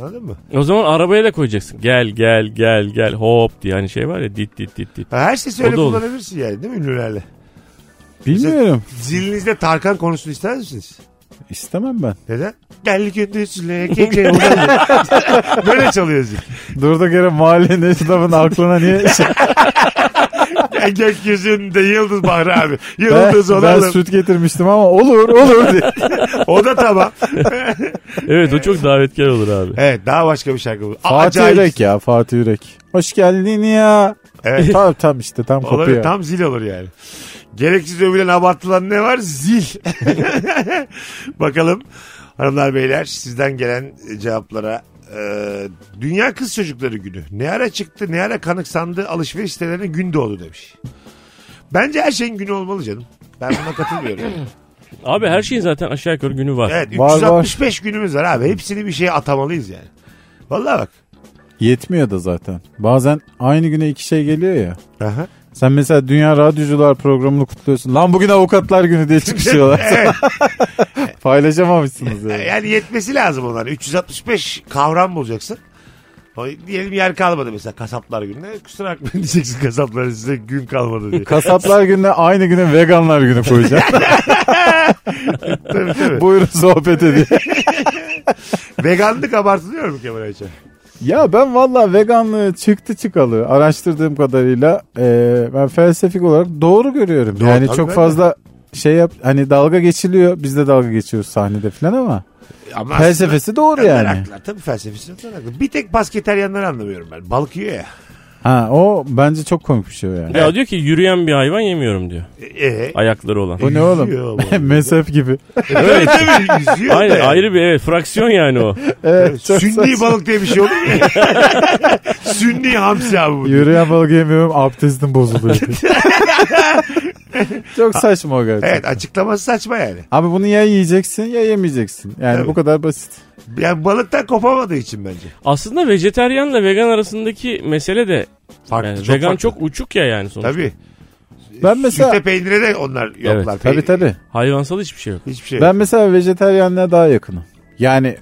Speaker 3: Anladın mı?
Speaker 5: O zaman arabaya da koyacaksın. Gel gel gel gel hop diye hani şey var ya dit dit dit dit.
Speaker 3: Ha, her şeyi
Speaker 5: O
Speaker 3: öyle
Speaker 5: da olur.
Speaker 3: kullanabilirsin yani değil mi ünlülerle?
Speaker 4: Bilmiyorum.
Speaker 3: Zilinizde Tarkan konusunu ister misiniz?
Speaker 4: İstemem ben.
Speaker 3: Neden? Gel gündüzle gece uyanır. Böyle çalıyor zil.
Speaker 4: Durduk yere mahallenin esnafın aklına niye şey,
Speaker 3: Ya Gökyüzünde yıldız Bahri abi.
Speaker 4: ben,
Speaker 3: Yıldız
Speaker 4: ben
Speaker 3: olalım.
Speaker 4: süt getirmiştim ama olur olur diye.
Speaker 3: O da tamam.
Speaker 5: Evet o çok davetkar olur abi.
Speaker 3: Evet daha başka bir şarkı bu.
Speaker 4: Fatih
Speaker 3: Acayip.
Speaker 4: Yürek ya Fatih Yürek. Hoş geldin ya.
Speaker 3: Evet.
Speaker 4: tam tam işte tam
Speaker 3: Olabilir,
Speaker 4: kopuyor.
Speaker 3: tam zil olur yani. Gereksiz övülen abartılan ne var? Zil. Bakalım hanımlar beyler sizden gelen cevaplara. Ee, Dünya Kız Çocukları Günü. Ne ara çıktı ne ara kanıksandı alışveriş sitelerine gün doğdu demiş. Bence her şeyin günü olmalı canım. Ben buna katılmıyorum.
Speaker 5: Abi her şeyin zaten aşağı yukarı günü var.
Speaker 3: evet
Speaker 4: Var,
Speaker 3: 365 günümüz var abi. Hepsini bir şeye atamalıyız yani. Vallahi bak.
Speaker 4: Yetmiyor da zaten. Bazen aynı güne iki şey geliyor ya.
Speaker 3: Aha.
Speaker 4: Sen mesela Dünya Radyocular programını kutluyorsun. Lan bugün avukatlar günü diye çıkışıyorlar.
Speaker 3: Evet.
Speaker 4: Paylaşamamışsınız yani.
Speaker 3: E, Yani yetmesi lazım onların. 365 kavram bulacaksın. O, diyelim yer kalmadı mesela kasaplar gününe. Kusura bakmayın diyeceksin kasaplar size gün kalmadı diye.
Speaker 4: Kasaplar gününe aynı güne veganlar günü koyacaksın.
Speaker 3: tabii, tabii.
Speaker 4: Buyurun sohbet edin.
Speaker 3: Veganlık abartılıyor mu Kemal Ayça?
Speaker 4: Ya ben valla veganlığı çıktı çıkalı araştırdığım kadarıyla e, ben felsefik olarak doğru görüyorum.
Speaker 3: Doğru,
Speaker 4: yani
Speaker 3: tabii
Speaker 4: çok
Speaker 3: ben
Speaker 4: fazla şey yap hani dalga geçiliyor. Biz de dalga geçiyoruz sahnede falan ama
Speaker 3: Ama
Speaker 4: felsefesi doğru
Speaker 3: aslında
Speaker 4: yani.
Speaker 3: meraklılar. Tabii felsefesi meraklılar. Bir tek basketeryanları anlamıyorum ben. Balık yiyor ya.
Speaker 4: Ha o bence çok komik bir şey yani.
Speaker 5: Ya diyor ki yürüyen bir hayvan yemiyorum diyor.
Speaker 3: Ee,
Speaker 5: Ayakları olan.
Speaker 4: Bu ne
Speaker 3: Yüzüyor
Speaker 4: oğlum?
Speaker 3: bu.
Speaker 4: Mezhep gibi.
Speaker 3: evet. tabii yüzüyor
Speaker 5: Aynen
Speaker 3: da yani.
Speaker 5: ayrı bir evet fraksiyon yani o.
Speaker 4: Evet, çok
Speaker 3: Sünni
Speaker 4: saçma.
Speaker 3: balık diye bir şey olur mu? ya? Sünni hamsi abi bu.
Speaker 4: Yürüyen balık yemiyorum abdestim bozuluyor. çok saçma o gerçekten.
Speaker 3: Evet açıklaması saçma yani.
Speaker 4: Abi bunu ya yiyeceksin ya yemeyeceksin. Yani
Speaker 3: Tabii.
Speaker 4: bu kadar basit.
Speaker 3: Yani balıktan kopamadığı için bence.
Speaker 5: Aslında vejeteryanla vegan arasındaki mesele de
Speaker 3: Farklı,
Speaker 5: yani
Speaker 3: çok
Speaker 5: vegan
Speaker 3: farklı.
Speaker 5: çok uçuk ya yani sonuçta.
Speaker 3: Tabii.
Speaker 4: Ben mesela
Speaker 3: Süte peynire de onlar yoklar.
Speaker 5: Evet,
Speaker 4: tabii tabii.
Speaker 5: Hayvansal hiçbir şey yok.
Speaker 3: Hiçbir şey.
Speaker 4: Ben mesela vejeteryanlığa daha yakınım. Yani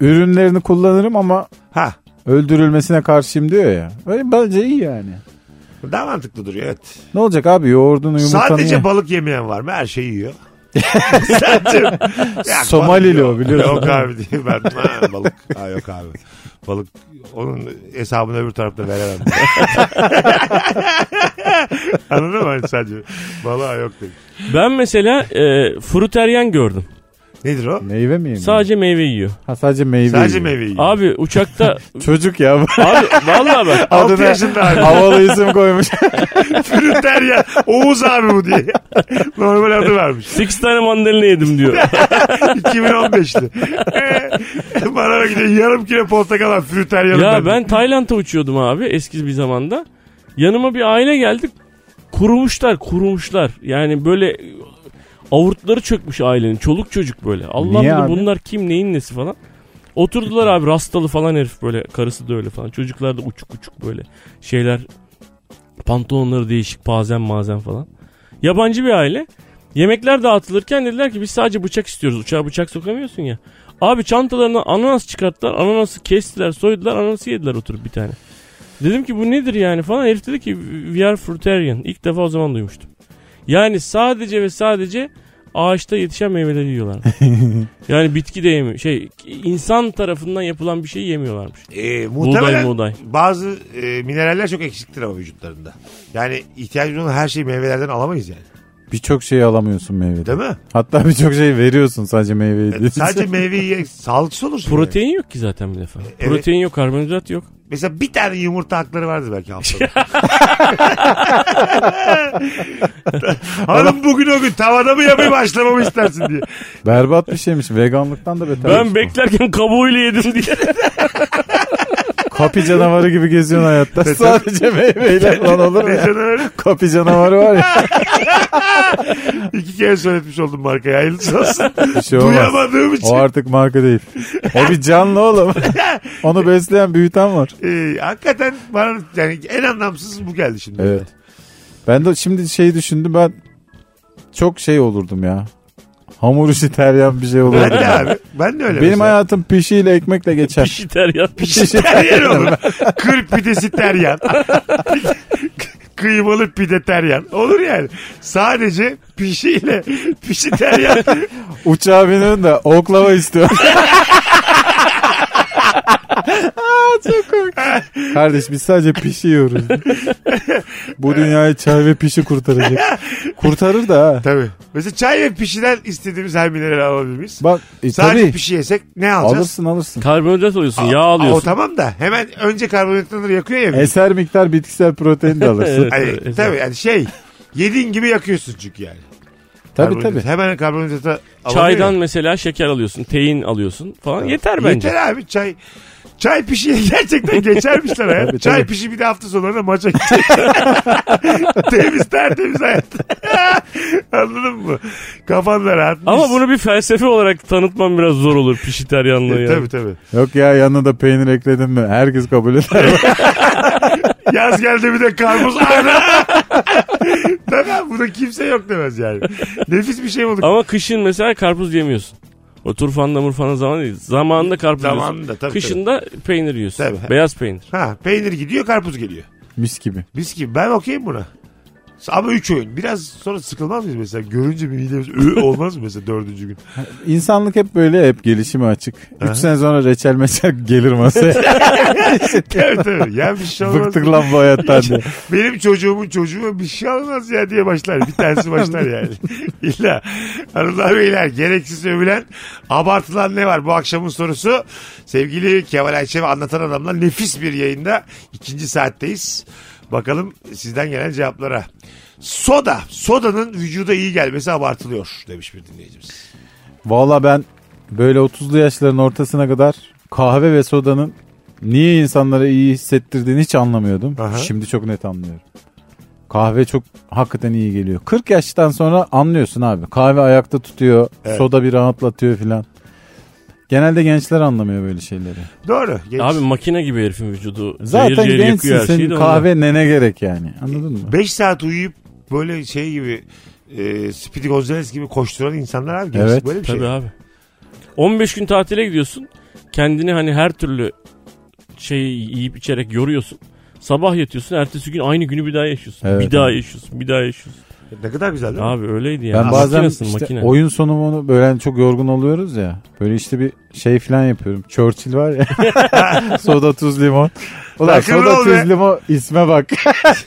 Speaker 4: ürünlerini kullanırım ama
Speaker 3: Ha.
Speaker 4: öldürülmesine karşıyım diyor ya. Öyle bence iyi yani.
Speaker 3: Daha mantıklı duruyor evet.
Speaker 4: Ne olacak abi yoğurdunu yumurtanı
Speaker 3: Sadece
Speaker 4: ye.
Speaker 3: balık yemeyen var mı? Her şeyi yiyor. Sadece. Ya,
Speaker 4: Somalili
Speaker 3: balık
Speaker 4: o, biliyorsun.
Speaker 3: Yok abi diye ben. Ha, balık. Ha, yok abi. Balık onun hesabını öbür tarafta veremem. Anladın mı? Hani sadece balığa yok dedi.
Speaker 5: Ben mesela e, fruteryan gördüm.
Speaker 3: Nedir o?
Speaker 4: Meyve mi yemiyor?
Speaker 5: Sadece meyve yiyor.
Speaker 4: ha, sadece meyve
Speaker 3: Sadece
Speaker 4: yiyor.
Speaker 3: meyve yiyor.
Speaker 5: Abi uçakta
Speaker 4: Çocuk ya. bu.
Speaker 5: abi vallahi bak.
Speaker 3: Altı
Speaker 4: Adına
Speaker 3: yaşında abi.
Speaker 4: Havalı isim koymuş.
Speaker 3: Fruter ya. Oğuz abi bu diye. Normal adı varmış.
Speaker 5: 8 tane mandalina yedim diyor.
Speaker 3: 2015'ti. Bana bak gidiyor yarım kilo portakal var fruter yarım.
Speaker 5: ya ben Tayland'a uçuyordum abi eski bir zamanda. Yanıma bir aile geldik. Kurumuşlar kurumuşlar. Yani böyle avurtları çökmüş ailenin. Çoluk çocuk böyle. Allah
Speaker 4: Niye
Speaker 5: bilir
Speaker 4: abi?
Speaker 5: bunlar kim neyin nesi falan. Oturdular abi rastalı falan herif böyle. Karısı da öyle falan. Çocuklar da uçuk uçuk böyle şeyler. Pantolonları değişik pazen mazen falan. Yabancı bir aile. Yemekler dağıtılırken dediler ki biz sadece bıçak istiyoruz. Uçağa bıçak sokamıyorsun ya. Abi çantalarına ananas çıkarttılar. Ananası kestiler, soydular. Ananası yediler oturup bir tane. Dedim ki bu nedir yani falan. Herif dedi ki we are fruitarian. İlk defa o zaman duymuştum. Yani sadece ve sadece ağaçta yetişen meyveleri yiyorlar. yani bitki de yemiyor. Şey insan tarafından yapılan bir şey yemiyorlarmış.
Speaker 3: E, muhtemelen
Speaker 5: buğday.
Speaker 3: bazı e, mineraller çok eksiktir ama vücutlarında. Yani ihtiyacımız olan her şeyi meyvelerden alamayız yani.
Speaker 4: Birçok şeyi alamıyorsun meyvede.
Speaker 3: Değil mi?
Speaker 4: Hatta birçok şeyi veriyorsun sadece meyveyi
Speaker 3: E,
Speaker 4: değil.
Speaker 3: Sadece meyveyi ye, sağlıksız olursun. yani.
Speaker 5: Protein yok ki zaten bir defa. Protein yok, karbonhidrat yok.
Speaker 3: Mesela bir tane yumurta hakları vardır belki haftada. Hanım bugün o gün tavada mı yapayım başlamamı istersin diye.
Speaker 4: Berbat bir şeymiş. Veganlıktan da beter.
Speaker 5: Ben beklerken kabuğuyla yedim diye.
Speaker 4: Kapi canavarı gibi geziyorsun hayatta. sadece meyveyle falan olur mu ya?
Speaker 3: Mesela öyle
Speaker 4: Kapi canavarı var ya.
Speaker 3: iki kere söyletmiş oldum markaya hayırlısı olsun.
Speaker 4: Bir şey olmaz.
Speaker 3: Duyamadığım için.
Speaker 4: O artık marka değil. O bir canlı oğlum. Onu besleyen büyüten var.
Speaker 3: Ee, hakikaten bana yani en anlamsız bu geldi şimdi.
Speaker 4: Evet. Ben de şimdi şey düşündüm ben çok şey olurdum ya. Hamur işi teryan bir şey
Speaker 3: Ben
Speaker 4: olurdum.
Speaker 3: de abi. Ben de öyle.
Speaker 4: Benim
Speaker 3: mesela.
Speaker 4: hayatım şey- pişiyle ekmekle geçer.
Speaker 5: Şiter ya.
Speaker 3: şey
Speaker 4: Pişi
Speaker 3: Teryan olur. Kır pidesi teryan. Kıymalı pide teryan. Olur yani. Sadece pişiyle pişi teryan.
Speaker 4: Uçağa biniyorum da oklava istiyor. Aa, çok komik. Kardeş biz sadece pişi yiyoruz. Bu dünyayı çay ve pişi kurtaracak. Kurtarır da ha.
Speaker 3: Tabii. Mesela çay ve pişiden istediğimiz her minerali alabilir miyiz?
Speaker 4: Bak e,
Speaker 3: Sadece
Speaker 4: tabii
Speaker 3: pişi yesek ne alacağız?
Speaker 4: alırsın alırsın.
Speaker 5: Karbonhidrat alıyorsun, yağ
Speaker 3: Aa, o
Speaker 5: alıyorsun.
Speaker 3: tamam da hemen önce karbonhidratları yakıyor ya. biz.
Speaker 4: Eser miktar bitkisel protein de alırsın.
Speaker 5: Evet.
Speaker 3: Hani,
Speaker 5: tabii,
Speaker 3: tabii yani şey yediğin gibi yakıyorsun çünkü yani.
Speaker 4: tabii
Speaker 3: Karbonhidrat-
Speaker 4: tabii.
Speaker 3: Hemen karbonhidrata alamıyor
Speaker 5: Çaydan
Speaker 3: ya.
Speaker 5: mesela şeker alıyorsun, teyin alıyorsun falan. Yeter bence.
Speaker 3: Yeter abi çay. Çay pişiye gerçekten geçermişler hayat.
Speaker 4: Tabii,
Speaker 3: Çay
Speaker 4: tabii.
Speaker 3: pişi bir de hafta sonlarına maça gidecek. temiz tertemiz hayat. Anladın mı? Kafanla rahat.
Speaker 5: Ama
Speaker 3: Mis.
Speaker 5: bunu bir felsefe olarak tanıtmam biraz zor olur pişiteryanlığı
Speaker 3: E,
Speaker 5: ya.
Speaker 3: Tabii tabii.
Speaker 4: Yok ya yanına da peynir ekledin mi? Herkes kabul eder.
Speaker 3: Yaz geldi bir de karpuz. Ana! tabii abi, buna kimse yok demez yani. Nefis bir şey bulduk.
Speaker 5: Ama kışın mesela karpuz yemiyorsun. O turfanda murfanda zaman değil. Zamanında karpuz
Speaker 3: Zamanında,
Speaker 5: yiyorsun.
Speaker 3: tabii,
Speaker 5: Kışın da peynir yiyorsun.
Speaker 3: Tabii.
Speaker 5: Beyaz peynir.
Speaker 3: Ha, peynir gidiyor karpuz geliyor.
Speaker 4: Mis gibi.
Speaker 3: Biz gibi ben okeyim buna. Ama 3 oyun. Biraz sonra sıkılmaz mıyız mesela? Görünce bir midemiz "Ö" olmaz mı mesela dördüncü gün?
Speaker 4: İnsanlık hep böyle hep gelişime açık. 3 sene sonra reçel meçel gelir masaya.
Speaker 3: evet tabii. Ya bir şey olmaz.
Speaker 4: Bıktık lan bu hayattan diye.
Speaker 3: Benim çocuğumun çocuğuma bir şey olmaz ya diye başlar. Bir tanesi başlar yani. İlla. Hanımlar beyler gereksiz övülen abartılan ne var? Bu akşamın sorusu sevgili Kemal Ayşe ve Anlatan Adam'la nefis bir yayında ikinci saatteyiz. Bakalım sizden gelen cevaplara. Soda. Sodanın vücuda iyi gelmesi abartılıyor demiş bir dinleyicimiz.
Speaker 4: Valla ben böyle 30'lu yaşların ortasına kadar kahve ve sodanın niye insanlara iyi hissettirdiğini hiç anlamıyordum.
Speaker 3: Aha.
Speaker 4: Şimdi çok net anlıyorum. Kahve çok hakikaten iyi geliyor. 40 yaştan sonra anlıyorsun abi. Kahve ayakta tutuyor,
Speaker 3: Evet.
Speaker 4: soda bir rahatlatıyor filan. Genelde gençler anlamıyor böyle şeyleri.
Speaker 3: Doğru. Genç.
Speaker 5: Abi makine gibi herifin vücudu.
Speaker 4: Zaten
Speaker 5: zehir zehir
Speaker 4: gençsin
Speaker 5: yakıyor her şeyi
Speaker 4: senin
Speaker 5: de
Speaker 4: kahve nene gerek yani. Anladın mı?
Speaker 3: 5 saat uyuyup böyle şey gibi e, Speedy Gonzales gibi koşturan insanlar abi. gençlik
Speaker 4: Evet,
Speaker 3: böyle bir
Speaker 5: Tabii
Speaker 3: şey.
Speaker 5: abi. 15 gün tatile gidiyorsun. Kendini hani her türlü şey yiyip içerek yoruyorsun. Sabah yatıyorsun. Ertesi gün aynı günü bir daha yaşıyorsun.
Speaker 4: Evet,
Speaker 5: bir daha
Speaker 4: evet.
Speaker 5: yaşıyorsun. Bir daha yaşıyorsun.
Speaker 3: Ne kadar güzel değil mi?
Speaker 5: Abi öyleydi yani.
Speaker 4: Ben bazen
Speaker 5: Makinesin,
Speaker 4: işte
Speaker 5: makine.
Speaker 4: oyun sonunu böyle hani çok yorgun oluyoruz ya. Böyle işte bir şey falan yapıyorum. Churchill var ya. soda tuz limon. Ulan
Speaker 3: Rock'n'roll
Speaker 4: soda tuz
Speaker 3: be.
Speaker 4: limon isme bak.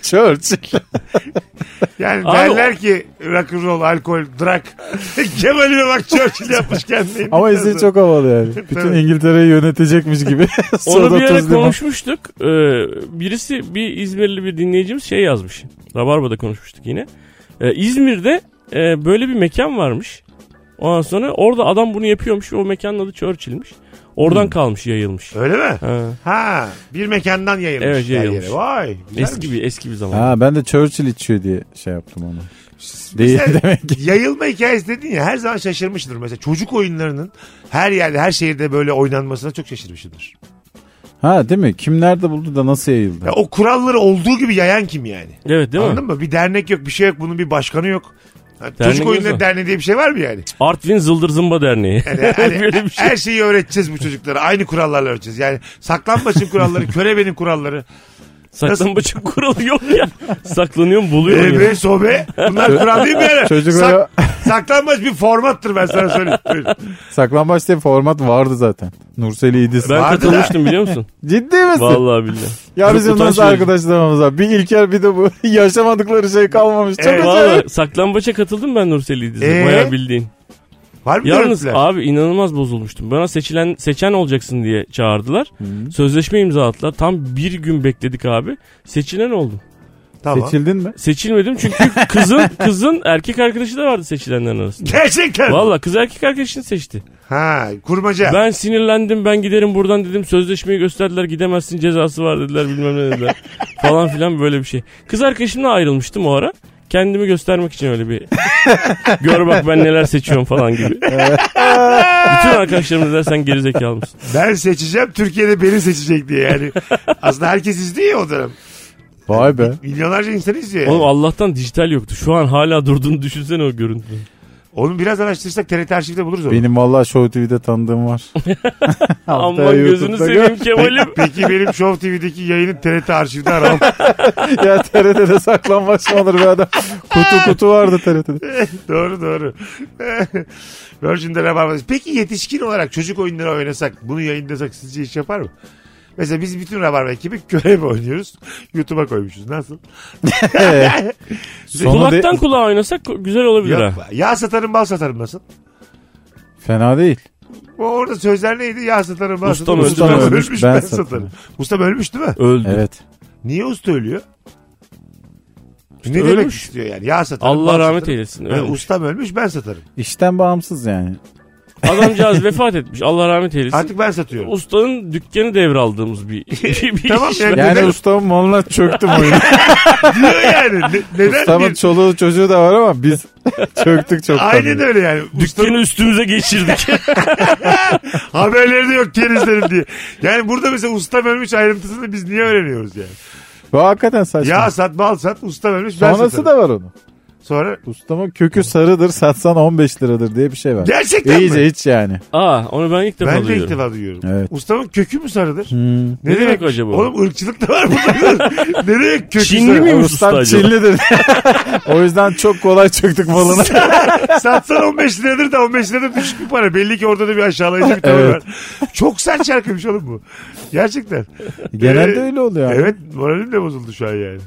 Speaker 4: Churchill.
Speaker 3: Yani
Speaker 5: Abi
Speaker 3: derler ki rock'n'roll, alkol, drag. Kemal'ime bak Churchill yapmış kendini.
Speaker 4: Ama ismi çok havalı yani. Bütün
Speaker 3: Tabii.
Speaker 4: İngiltere'yi yönetecekmiş gibi.
Speaker 5: Onu bir
Speaker 4: soda
Speaker 5: ara
Speaker 4: tuz limon.
Speaker 5: konuşmuştuk. Ee, birisi bir İzmirli bir dinleyicimiz şey yazmış. Rabarba'da konuşmuştuk yine. Ee, İzmir'de e, böyle bir mekan varmış. Ondan sonra orada adam bunu yapıyormuş ve o mekanın adı Churchill'miş. Oradan
Speaker 4: Hmm.
Speaker 5: kalmış yayılmış.
Speaker 3: Öyle mi?
Speaker 5: Ha.
Speaker 3: Ha, bir mekandan yayılmış.
Speaker 5: Evet,
Speaker 3: her
Speaker 5: yayılmış.
Speaker 3: yere. Vay. güzelmiş.
Speaker 5: Eski bir eski bir zaman.
Speaker 4: Ha ben de Churchill içiyor diye şey yaptım onu. Değil
Speaker 3: Mesela
Speaker 4: demek ki.
Speaker 3: şey. Yayılma hikayesi dedin ya her zaman şaşırmıştır. Mesela çocuk oyunlarının her yerde her şehirde böyle oynanmasına çok şaşırmışımdır.
Speaker 4: Ha değil mi? Kim nerede buldu da nasıl yayıldı?
Speaker 3: Ya o kuralları olduğu gibi yayan kim yani?
Speaker 5: Evet değil mi?
Speaker 3: Anladın mı? Bir dernek yok bir şey yok bunun bir başkanı yok. Ha, çocuk
Speaker 5: yok
Speaker 3: oyunları
Speaker 5: mu?
Speaker 3: derneği diye bir şey var mı yani?
Speaker 5: Artvin Zıldır Zımba Derneği.
Speaker 3: Yani hani
Speaker 5: Böyle bir şey.
Speaker 3: Her şeyi öğreteceğiz bu çocuklara. Aynı kurallarla öğreteceğiz. Yani saklanmaçın kuralları, körebenin kuralları.
Speaker 5: Saklambaçın kuralı yok ya. Saklanıyorum buluyorum ya.
Speaker 3: Ebe, sobe. Bunlar kural değil mi yani?
Speaker 4: Çocuk
Speaker 3: Sak-
Speaker 4: böyle
Speaker 3: Saklanmaç bir formattır ben sana söyleyeyim. Buyurun.
Speaker 4: Saklambaç diye format vardı zaten. Nurseli İdis.
Speaker 5: Ben
Speaker 3: Vardı da.
Speaker 5: katılmıştım biliyor musun?
Speaker 4: Ciddi misin?
Speaker 5: Vallahi billahi.
Speaker 4: Ya
Speaker 5: Çok
Speaker 4: bizim
Speaker 5: utanç
Speaker 4: nasıl
Speaker 5: verici.
Speaker 4: arkadaşlarımız var. Bir İlker bir de bu yaşamadıkları şey kalmamış. Çok
Speaker 3: Evet.
Speaker 4: acayip.
Speaker 5: Vallahi saklambaça katıldım ben Nursel İdiz'e.
Speaker 3: Ee?
Speaker 5: Bayağı bildiğin.
Speaker 3: Var mı
Speaker 5: Yalnız
Speaker 3: görüntüler?
Speaker 5: abi inanılmaz bozulmuştum. Bana seçilen seçen olacaksın diye çağırdılar. Sözleşme imzalattılar. Tam bir gün bekledik abi. Seçilen oldum.
Speaker 3: Tamam.
Speaker 4: Seçildin mi?
Speaker 5: Seçilmedim çünkü kızın kızın erkek arkadaşı da vardı seçilenlerin arasında.
Speaker 3: Gerçekten.
Speaker 5: Valla kız erkek arkadaşını seçti.
Speaker 3: Ha kurmaca.
Speaker 5: Ben sinirlendim ben giderim buradan dedim. Sözleşmeyi gösterdiler gidemezsin cezası var dediler bilmem ne dediler. Falan filan böyle bir şey. Kız arkadaşımla ayrılmıştım o ara. Kendimi göstermek için öyle bir gör bak ben neler seçiyorum falan gibi. Bütün arkadaşlarım dediler sen gerizekalı mısın?
Speaker 3: Ben seçeceğim Türkiye'de beni seçecek diye yani. Aslında herkes izliyor ya o dönem.
Speaker 4: Vay be.
Speaker 3: Milyonlarca insan izliyor. yani.
Speaker 5: Oğlum Allah'tan dijital yoktu. Şu an hala durduğunu düşünsene o görüntüyü.
Speaker 3: Onu biraz araştırırsak TRT arşivde buluruz onu.
Speaker 4: Benim vallahi Show TV'de tanıdığım var. Haftaya
Speaker 5: Aman gözünü
Speaker 4: YouTube'da
Speaker 5: seveyim Kemal'im.
Speaker 3: Peki benim Show TV'deki yayını TRT arşivde ararım.
Speaker 4: gör. ya TRT'de saklambaç mı olur be adam? Kutu kutu vardı TRT'de.
Speaker 3: doğru doğru. Virgin'de Rabarba'dayız. Peki yetişkin olarak çocuk oyunları oynasak, bunu yayınlasak sizce iş yapar mı? Mesela biz bütün Rabarba ekibi körebe oynuyoruz. YouTube'a koymuşuz. Nasıl?
Speaker 4: Ee, Sonu de-
Speaker 5: Kulaktan kulağa oynasak güzel olabilir ha.
Speaker 3: Yok. Yağ satarım, bal satarım nasıl?
Speaker 4: Fena değil.
Speaker 3: O orada sözler neydi? Yağ satarım, bal
Speaker 5: Ustam
Speaker 3: satarım.
Speaker 5: öldü,
Speaker 3: Ustam
Speaker 5: ben
Speaker 3: ölmüş,
Speaker 4: ölmüş,
Speaker 3: ben,
Speaker 4: ben
Speaker 3: satarım.
Speaker 4: satarım.
Speaker 3: Ustam ölmüş değil mi?
Speaker 5: Öldü.
Speaker 4: Evet.
Speaker 3: Niye usta ölüyor? ne
Speaker 5: ölmüş.
Speaker 3: demek istiyor yani? Yağ satarım,
Speaker 5: Allah
Speaker 3: bal
Speaker 5: rahmet
Speaker 3: satarım.
Speaker 5: eylesin.
Speaker 3: Ha,
Speaker 5: Ölmüş.
Speaker 3: ustam ölmüş ben satarım.
Speaker 4: İşten bağımsız yani.
Speaker 5: Adamcağız vefat etmiş. Allah rahmet eylesin.
Speaker 3: Artık ben satıyorum.
Speaker 5: Ustanın dükkanı devraldığımız bir, bir, bir
Speaker 3: Tamam
Speaker 5: iş.
Speaker 3: yani,
Speaker 4: Yani
Speaker 3: neden,
Speaker 4: ustamın malına çöktüm oyunu.
Speaker 3: diyor yani. Ne- neden
Speaker 4: ustamın
Speaker 3: bir-
Speaker 4: çoluğu çocuğu da var ama biz çöktük çok
Speaker 3: Aynen öyle yani. Ustanın
Speaker 5: Dükkanı üstümüze geçirdik.
Speaker 3: haberleri de yok denizlerim diye. Yani burada mesela ustam ölmüş ayrıntısını biz niye öğreniyoruz yani?
Speaker 4: Bu hakikaten saçma.
Speaker 3: Yağ sat, bal sat, ustam ölmüş ben
Speaker 4: Sonrası
Speaker 3: satarım.
Speaker 4: da var onun.
Speaker 3: Sonra
Speaker 4: Ustamın kökü sarıdır satsan 15 liradır diye bir şey var.
Speaker 3: Gerçekten
Speaker 4: İyice
Speaker 3: mi?
Speaker 4: hiç yani.
Speaker 5: Aa onu ben ilk defa
Speaker 3: ben de
Speaker 5: duyuyorum.
Speaker 3: ilk defa duyuyorum.
Speaker 4: Evet. Hmm.
Speaker 3: Ustamın kökü mü sarıdır?
Speaker 5: Ne demek acaba?
Speaker 3: Oğlum ırkçılık da var burada. ne demek kökü
Speaker 5: Çinli
Speaker 3: sarı?
Speaker 5: mi? Neymiş usta
Speaker 4: Ustam
Speaker 5: acaba?
Speaker 4: Çinlidir. o yüzden çok kolay çöktük malına.
Speaker 3: Satsan 15 liradır da 15 liradır düşük bir para. Belli ki orada da bir aşağılayıcı bir tavır
Speaker 4: Evet.
Speaker 3: var. Çok sert şarkıymış oğlum bu. Gerçekten.
Speaker 4: Genelde
Speaker 3: Ee,
Speaker 4: öyle oluyor.
Speaker 3: Evet moralim de bozuldu şu an yani.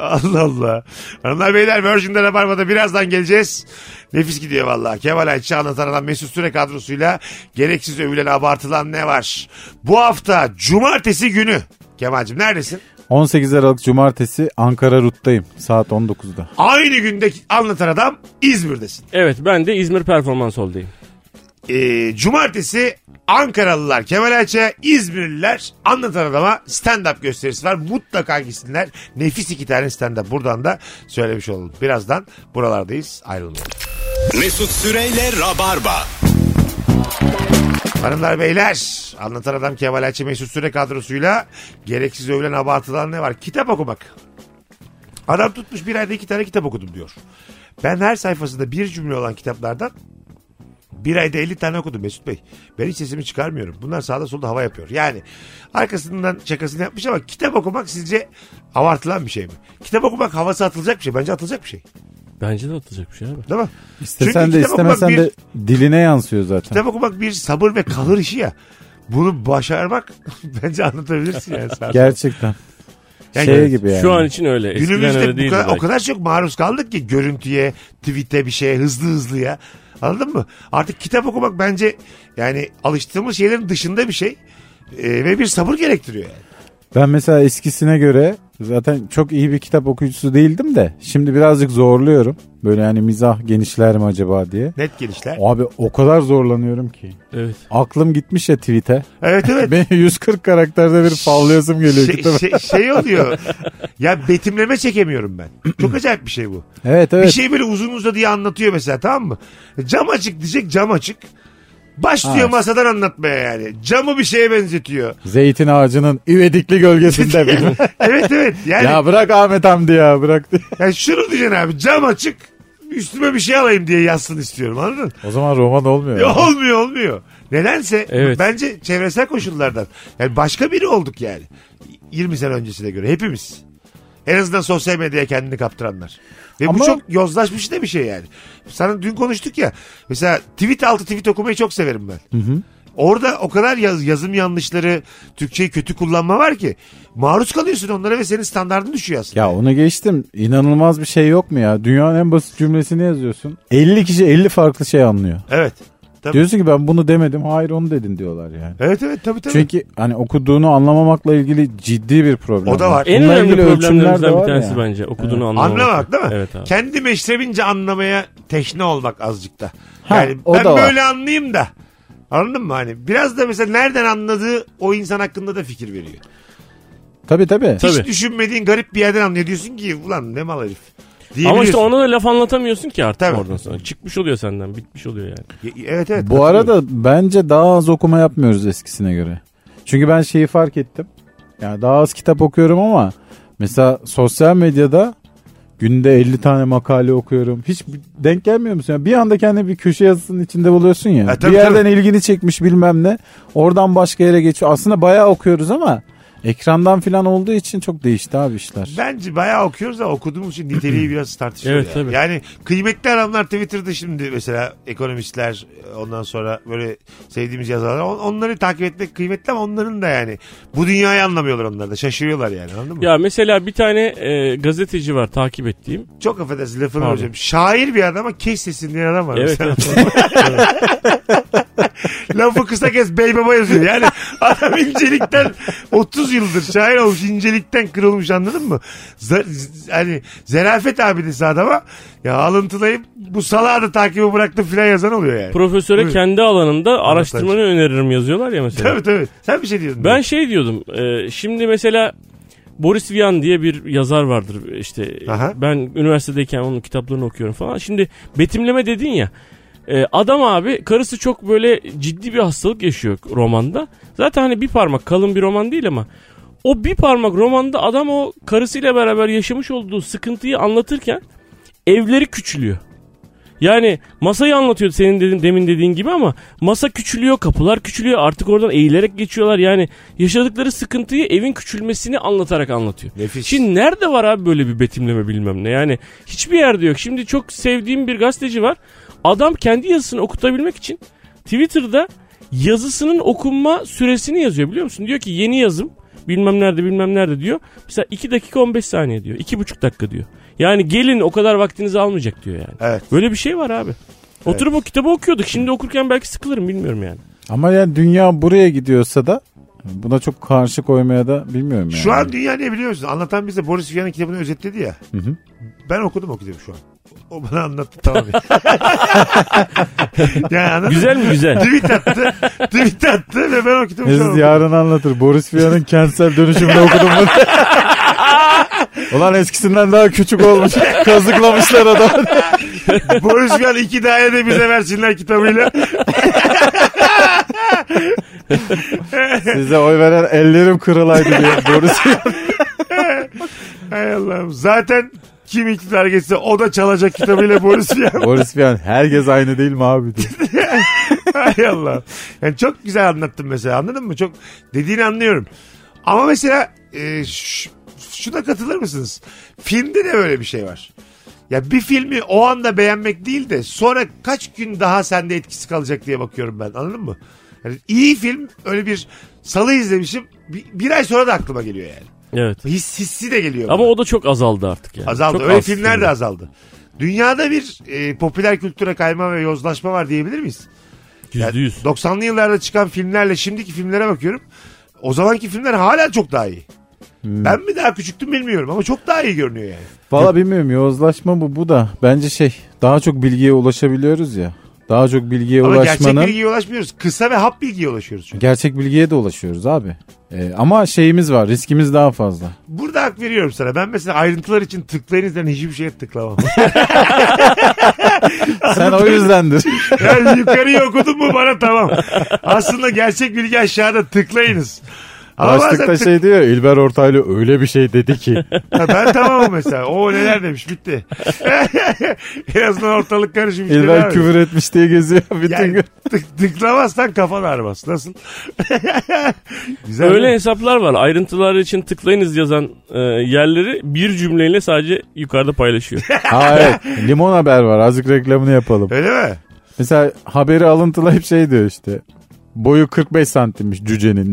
Speaker 3: Allah Allah. Hanımlar beyler Virgin'de Rabarba'da birazdan geleceğiz. Nefis gidiyor vallahi. Kemal Ayçi anlatan adam Mesut Süre kadrosuyla gereksiz övülen abartılan ne var? Bu hafta cumartesi günü. Kemal'cim neredesin?
Speaker 4: 18 Aralık Cumartesi Ankara Rut'tayım saat 19'da.
Speaker 3: Aynı günde anlatan adam İzmir'desin.
Speaker 5: Evet ben de İzmir Performans Hall'dayım.
Speaker 3: Ee, cumartesi Ankaralılar Kemal Ayça, İzmirliler anlatan adama stand-up gösterisi var. Mutlaka gitsinler. Nefis iki tane stand-up. Buradan da söylemiş olalım. Birazdan buralardayız. Ayrılmayın.
Speaker 2: Mesut Süreyle Rabarba.
Speaker 3: Hanımlar beyler anlatan adam Kemal Ayça Mesut Süre kadrosuyla gereksiz övülen abartılan ne var? Kitap okumak. Adam tutmuş bir ayda iki tane kitap okudum diyor. Ben her sayfasında bir cümle olan kitaplardan bir ayda 50 tane okudum Mesut Bey. Ben hiç sesimi çıkarmıyorum. Bunlar sağda solda hava yapıyor. Yani arkasından şakasını yapmış ama kitap okumak sizce abartılan bir şey mi? Kitap okumak havası atılacak bir şey. Bence atılacak bir şey.
Speaker 5: Bence de atılacak bir şey abi.
Speaker 3: Değil mi?
Speaker 4: İstesen
Speaker 3: Çünkü
Speaker 4: de
Speaker 3: kitap okumak
Speaker 4: istemesen
Speaker 3: bir-
Speaker 4: de diline yansıyor zaten.
Speaker 3: Kitap okumak bir sabır ve kalır işi ya. Bunu başarmak bence anlatabilirsin yani. sağ-
Speaker 4: Gerçekten.
Speaker 3: Yani
Speaker 4: şey gibi yani.
Speaker 5: Şu an için öyle. Eskiden öyle
Speaker 3: Günümüzde bu
Speaker 5: değildi.
Speaker 3: kadar, o
Speaker 5: belki.
Speaker 3: kadar çok maruz kaldık ki görüntüye, tweet'e bir şeye hızlı hızlı ya. Anladın mı? Artık kitap okumak bence yani alıştığımız şeylerin dışında bir şey. Ee, ve bir sabır gerektiriyor yani.
Speaker 4: Ben mesela eskisine göre zaten çok iyi bir kitap okuyucusu değildim de şimdi birazcık zorluyorum. Böyle yani mizah genişler mi acaba diye.
Speaker 3: Net gelişler.
Speaker 4: Abi o kadar zorlanıyorum ki.
Speaker 5: Evet.
Speaker 4: Aklım gitmiş ya tweet'e.
Speaker 3: Evet evet.
Speaker 4: Benim 140 karakterde bir favlayasım geliyor
Speaker 3: Şey,
Speaker 4: kitaba.
Speaker 3: şey- şey oluyor. ya betimleme çekemiyorum ben. Çok acayip bir şey bu.
Speaker 4: Evet evet.
Speaker 3: Bir şey böyle uzun uzadı diye anlatıyor mesela tamam mı? Cam açık diyecek cam açık. Başlıyor
Speaker 4: Ha.
Speaker 3: masadan anlatmaya yani. Camı bir şeye benzetiyor.
Speaker 4: Zeytin ağacının ivedikli gölgesinde. bir-
Speaker 3: evet evet. Yani
Speaker 4: ya bırak Ahmet Hamdi ya bırak. diye.
Speaker 3: Yani şunu diyeceksin abi cam açık üstüme bir şey alayım diye yazsın istiyorum anladın mı?
Speaker 4: o zaman roman olmuyor.
Speaker 3: Ya E, olmuyor olmuyor. Nedense
Speaker 5: Evet.
Speaker 3: bence çevresel koşullardan. Yani başka biri olduk yani. 20 sene öncesine göre hepimiz. En azından sosyal medyaya kendini kaptıranlar. Ve bu
Speaker 4: Ama-
Speaker 3: çok yozlaşmış da bir şey yani. Sana dün konuştuk ya. Mesela tweet altı tweet okumayı çok severim ben. Orada o kadar yaz- yazım yanlışları, Türkçeyi kötü kullanma var ki. Maruz kalıyorsun onlara ve senin standardın düşüyor aslında.
Speaker 4: Ya onu geçtim. İnanılmaz bir şey yok mu ya? Dünyanın en basit cümlesini yazıyorsun. 50 kişi 50 farklı şey anlıyor.
Speaker 3: Evet. Tabii.
Speaker 4: Diyorsun ki ben bunu demedim. Hayır onu dedin diyorlar yani.
Speaker 3: Evet evet tabii tabii.
Speaker 4: Çünkü hani okuduğunu anlamamakla ilgili ciddi bir problem.
Speaker 3: O da var.
Speaker 5: En
Speaker 4: Bununla
Speaker 5: önemli
Speaker 4: ilgili ölçümler de
Speaker 5: problemlerimizden
Speaker 4: var
Speaker 5: bir tanesi
Speaker 4: ya.
Speaker 5: bence okuduğunu anlamamak.
Speaker 3: Anlamak değil mi?
Speaker 5: Evet abi.
Speaker 3: Kendi meşrebince anlamaya teşne olmak azıcık da.
Speaker 4: Ha,
Speaker 3: yani
Speaker 4: o
Speaker 3: ben
Speaker 4: da var.
Speaker 3: böyle anlayayım da. Anladın mı hani? Biraz da mesela nereden anladığı o insan hakkında da fikir veriyor.
Speaker 4: Tabii tabii.
Speaker 5: Tabii.
Speaker 3: Hiç düşünmediğin garip bir yerden anlıyor. Diyorsun ki ulan ne mal herif.
Speaker 5: Ama işte
Speaker 3: Diyebiliyorsun.
Speaker 5: ona da laf anlatamıyorsun ki artık
Speaker 3: Tabii.
Speaker 5: oradan sonra. Çıkmış oluyor senden. Bitmiş oluyor yani.
Speaker 3: Y- Evet evet.
Speaker 4: Bu arada bence daha az okuma yapmıyoruz eskisine göre. Çünkü ben şeyi fark ettim. Yani daha az kitap okuyorum ama mesela sosyal medyada günde 50 tane makale okuyorum. Hiç denk gelmiyor musun? ya? bir anda kendini bir köşe yazısının içinde buluyorsun ya.
Speaker 3: Ha, E, tabii,
Speaker 4: bir yerden ilgini çekmiş bilmem ne. Oradan başka yere geçiyor. Aslında bayağı okuyoruz ama ekrandan falan olduğu için çok değişti abi işler.
Speaker 3: Bence bayağı okuyoruz ama okuduğumuz için niteliği biraz tartışıyor.
Speaker 5: Evet,
Speaker 3: ya.
Speaker 5: tabii.
Speaker 3: Yani kıymetli adamlar Twitter'da şimdi mesela ekonomistler ondan sonra böyle sevdiğimiz yazarlar on- onları takip etmek kıymetli ama onların da yani bu dünyayı anlamıyorlar onlar da şaşırıyorlar yani anladın mı?
Speaker 5: Ya mesela bir tane e, gazeteci var takip ettiğim.
Speaker 3: Çok affedersin lafını
Speaker 5: Pardon.
Speaker 3: hocam. Şair bir adam ama kes sesini diyen adam var.
Speaker 5: Evet,
Speaker 3: mesela.
Speaker 5: evet.
Speaker 3: Lafı kısa kes bey baba yazıyor. Yani adam incelikten 30 yıldır şair olmuş incelikten kırılmış anladın mı? Z- z- hani zerafet abidesi adama ya alıntılayıp bu salağı da takibi bıraktı filan yazan oluyor yani.
Speaker 5: Profesöre
Speaker 3: Buyur.
Speaker 5: kendi alanında araştırmanı öneririm yazıyorlar ya mesela.
Speaker 3: Tabii tabii. Sen bir şey diyordun.
Speaker 5: Ben şey diyordum. e, şimdi mesela Boris Vian diye bir yazar vardır işte. e,
Speaker 3: Aha.
Speaker 5: Ben üniversitedeyken onun kitaplarını okuyorum falan. Şimdi betimleme dedin ya. e, adam abi karısı çok böyle ciddi bir hastalık yaşıyor romanda. Zaten hani bir parmak kalın bir roman değil ama o bir parmak romanda adam o karısıyla beraber yaşamış olduğu sıkıntıyı anlatırken evleri küçülüyor. Yani masayı anlatıyor senin dedim, demin dediğin gibi ama masa küçülüyor, kapılar küçülüyor. Artık oradan eğilerek geçiyorlar. Yani yaşadıkları sıkıntıyı evin küçülmesini anlatarak anlatıyor.
Speaker 3: Nefis.
Speaker 5: Şimdi nerede var abi böyle bir betimleme bilmem ne. Yani hiçbir yerde yok. Şimdi çok sevdiğim bir gazeteci var. Adam kendi yazısını okutabilmek için Twitter'da yazısının okunma süresini yazıyor biliyor musun? Diyor ki yeni yazım bilmem nerede bilmem nerede diyor. Mesela 2 dakika 15 saniye diyor. 2,5 dakika diyor. Yani gelin o kadar vaktinizi almayacak diyor yani.
Speaker 3: Evet.
Speaker 5: Böyle bir şey var abi. Oturup o kitabı okuyorduk. Şimdi okurken belki sıkılırım bilmiyorum yani.
Speaker 4: Ama yani dünya buraya gidiyorsa da buna çok karşı koymaya da bilmiyorum yani.
Speaker 3: Şu an dünya ne biliyor musun? Anlatan bize Boris Vian'ın kitabını özetledi ya. Ben okudum o kitabı şu an. O bana anlattı tamam. yani anladın mı?
Speaker 5: Güzel mi güzel?
Speaker 3: tweet attı. tweet attı ve ben o kitabı şu an
Speaker 4: Mesut
Speaker 3: okudum.
Speaker 4: yarın anlatır. Boris Vian'ın kentsel dönüşümünü okudum mu? Ulan eskisinden daha küçük olmuş. Kazıklamışlar adamı.
Speaker 3: Boris Vian iki daire de bize versinler kitabıyla.
Speaker 4: Size oy veren ellerim kırılaydı diyor Boris Vian.
Speaker 3: Hay Allah'ım. Zaten kim iktidar geçse o da çalacak kitabıyla Boris Vian.
Speaker 4: Boris Vian herkes aynı değil mi abi diyor.
Speaker 3: Hay Allah'ım. Yani çok güzel anlattın mesela anladın mı? Çok dediğini anlıyorum. Ama mesela e, ş- şuna katılır mısınız? Filmde de böyle bir şey var. Ya bir filmi o anda beğenmek değil de sonra kaç gün daha sende etkisi kalacak diye bakıyorum ben anladın mı? Yani iyi film öyle bir salı izlemişim bir, bir ay sonra da aklıma geliyor yani.
Speaker 5: Evet.
Speaker 3: His, hissi de geliyor.
Speaker 5: Ama
Speaker 3: bana.
Speaker 5: o da çok azaldı artık yani.
Speaker 3: Azaldı.
Speaker 5: Çok
Speaker 3: Öyle
Speaker 5: az
Speaker 3: filmler
Speaker 5: şimdi.
Speaker 3: de azaldı. Dünyada bir e, popüler kültüre kayma ve yozlaşma var diyebilir miyiz?
Speaker 5: Yüzde yüz.
Speaker 3: 90'lı yıllarda çıkan filmlerle şimdiki filmlere bakıyorum. O zamanki filmler hala çok daha iyi.
Speaker 5: Hmm.
Speaker 3: Ben mi daha küçüktüm bilmiyorum ama çok daha iyi görünüyor yani.
Speaker 4: Valla bilmiyorum yozlaşma bu, bu da. Bence şey daha çok bilgiye ulaşabiliyoruz ya. Daha çok bilgiye
Speaker 3: Ama gerçek
Speaker 4: ulaşmanın
Speaker 3: bilgiye ulaşmıyoruz. Kısa ve hap bilgiye ulaşıyoruz çünkü.
Speaker 4: gerçek bilgiye de ulaşıyoruz abi. Ee, ama şeyimiz var riskimiz daha fazla.
Speaker 3: Burada hak veriyorum sana. Ben mesela ayrıntılar için tıklayınızdan hiçbir şeye tıklamam.
Speaker 4: Sen o yüzdendir.
Speaker 3: yani yukarıyı okudun mu bana tamam. Aslında gerçek bilgi aşağıda tıklayınız. Ama bazen
Speaker 4: Başlıkta
Speaker 3: tık-
Speaker 4: şey diyor ya, İlber Ortaylı öyle bir şey dedi ki.
Speaker 3: Ha, ben tamamım mesela. O neler demiş bitti. en azından ortalık karışmış. neler
Speaker 4: İlber
Speaker 3: var?
Speaker 4: küfür etmiş diye geziyor bütün
Speaker 3: Yani
Speaker 4: gün.
Speaker 3: tık, tıklamazsan kafan ağrımaz. Nasıl? Güzel
Speaker 5: Öyle
Speaker 3: mi?
Speaker 5: hesaplar var. Ayrıntılar için tıklayınız yazan e, yerleri bir cümleyle sadece yukarıda paylaşıyor.
Speaker 4: Ha evet. Limon haber var. Azıcık reklamını yapalım.
Speaker 3: Öyle mi?
Speaker 4: Mesela haberi alıntılayıp şey diyor işte. Boyu 45 santimmiş cücenin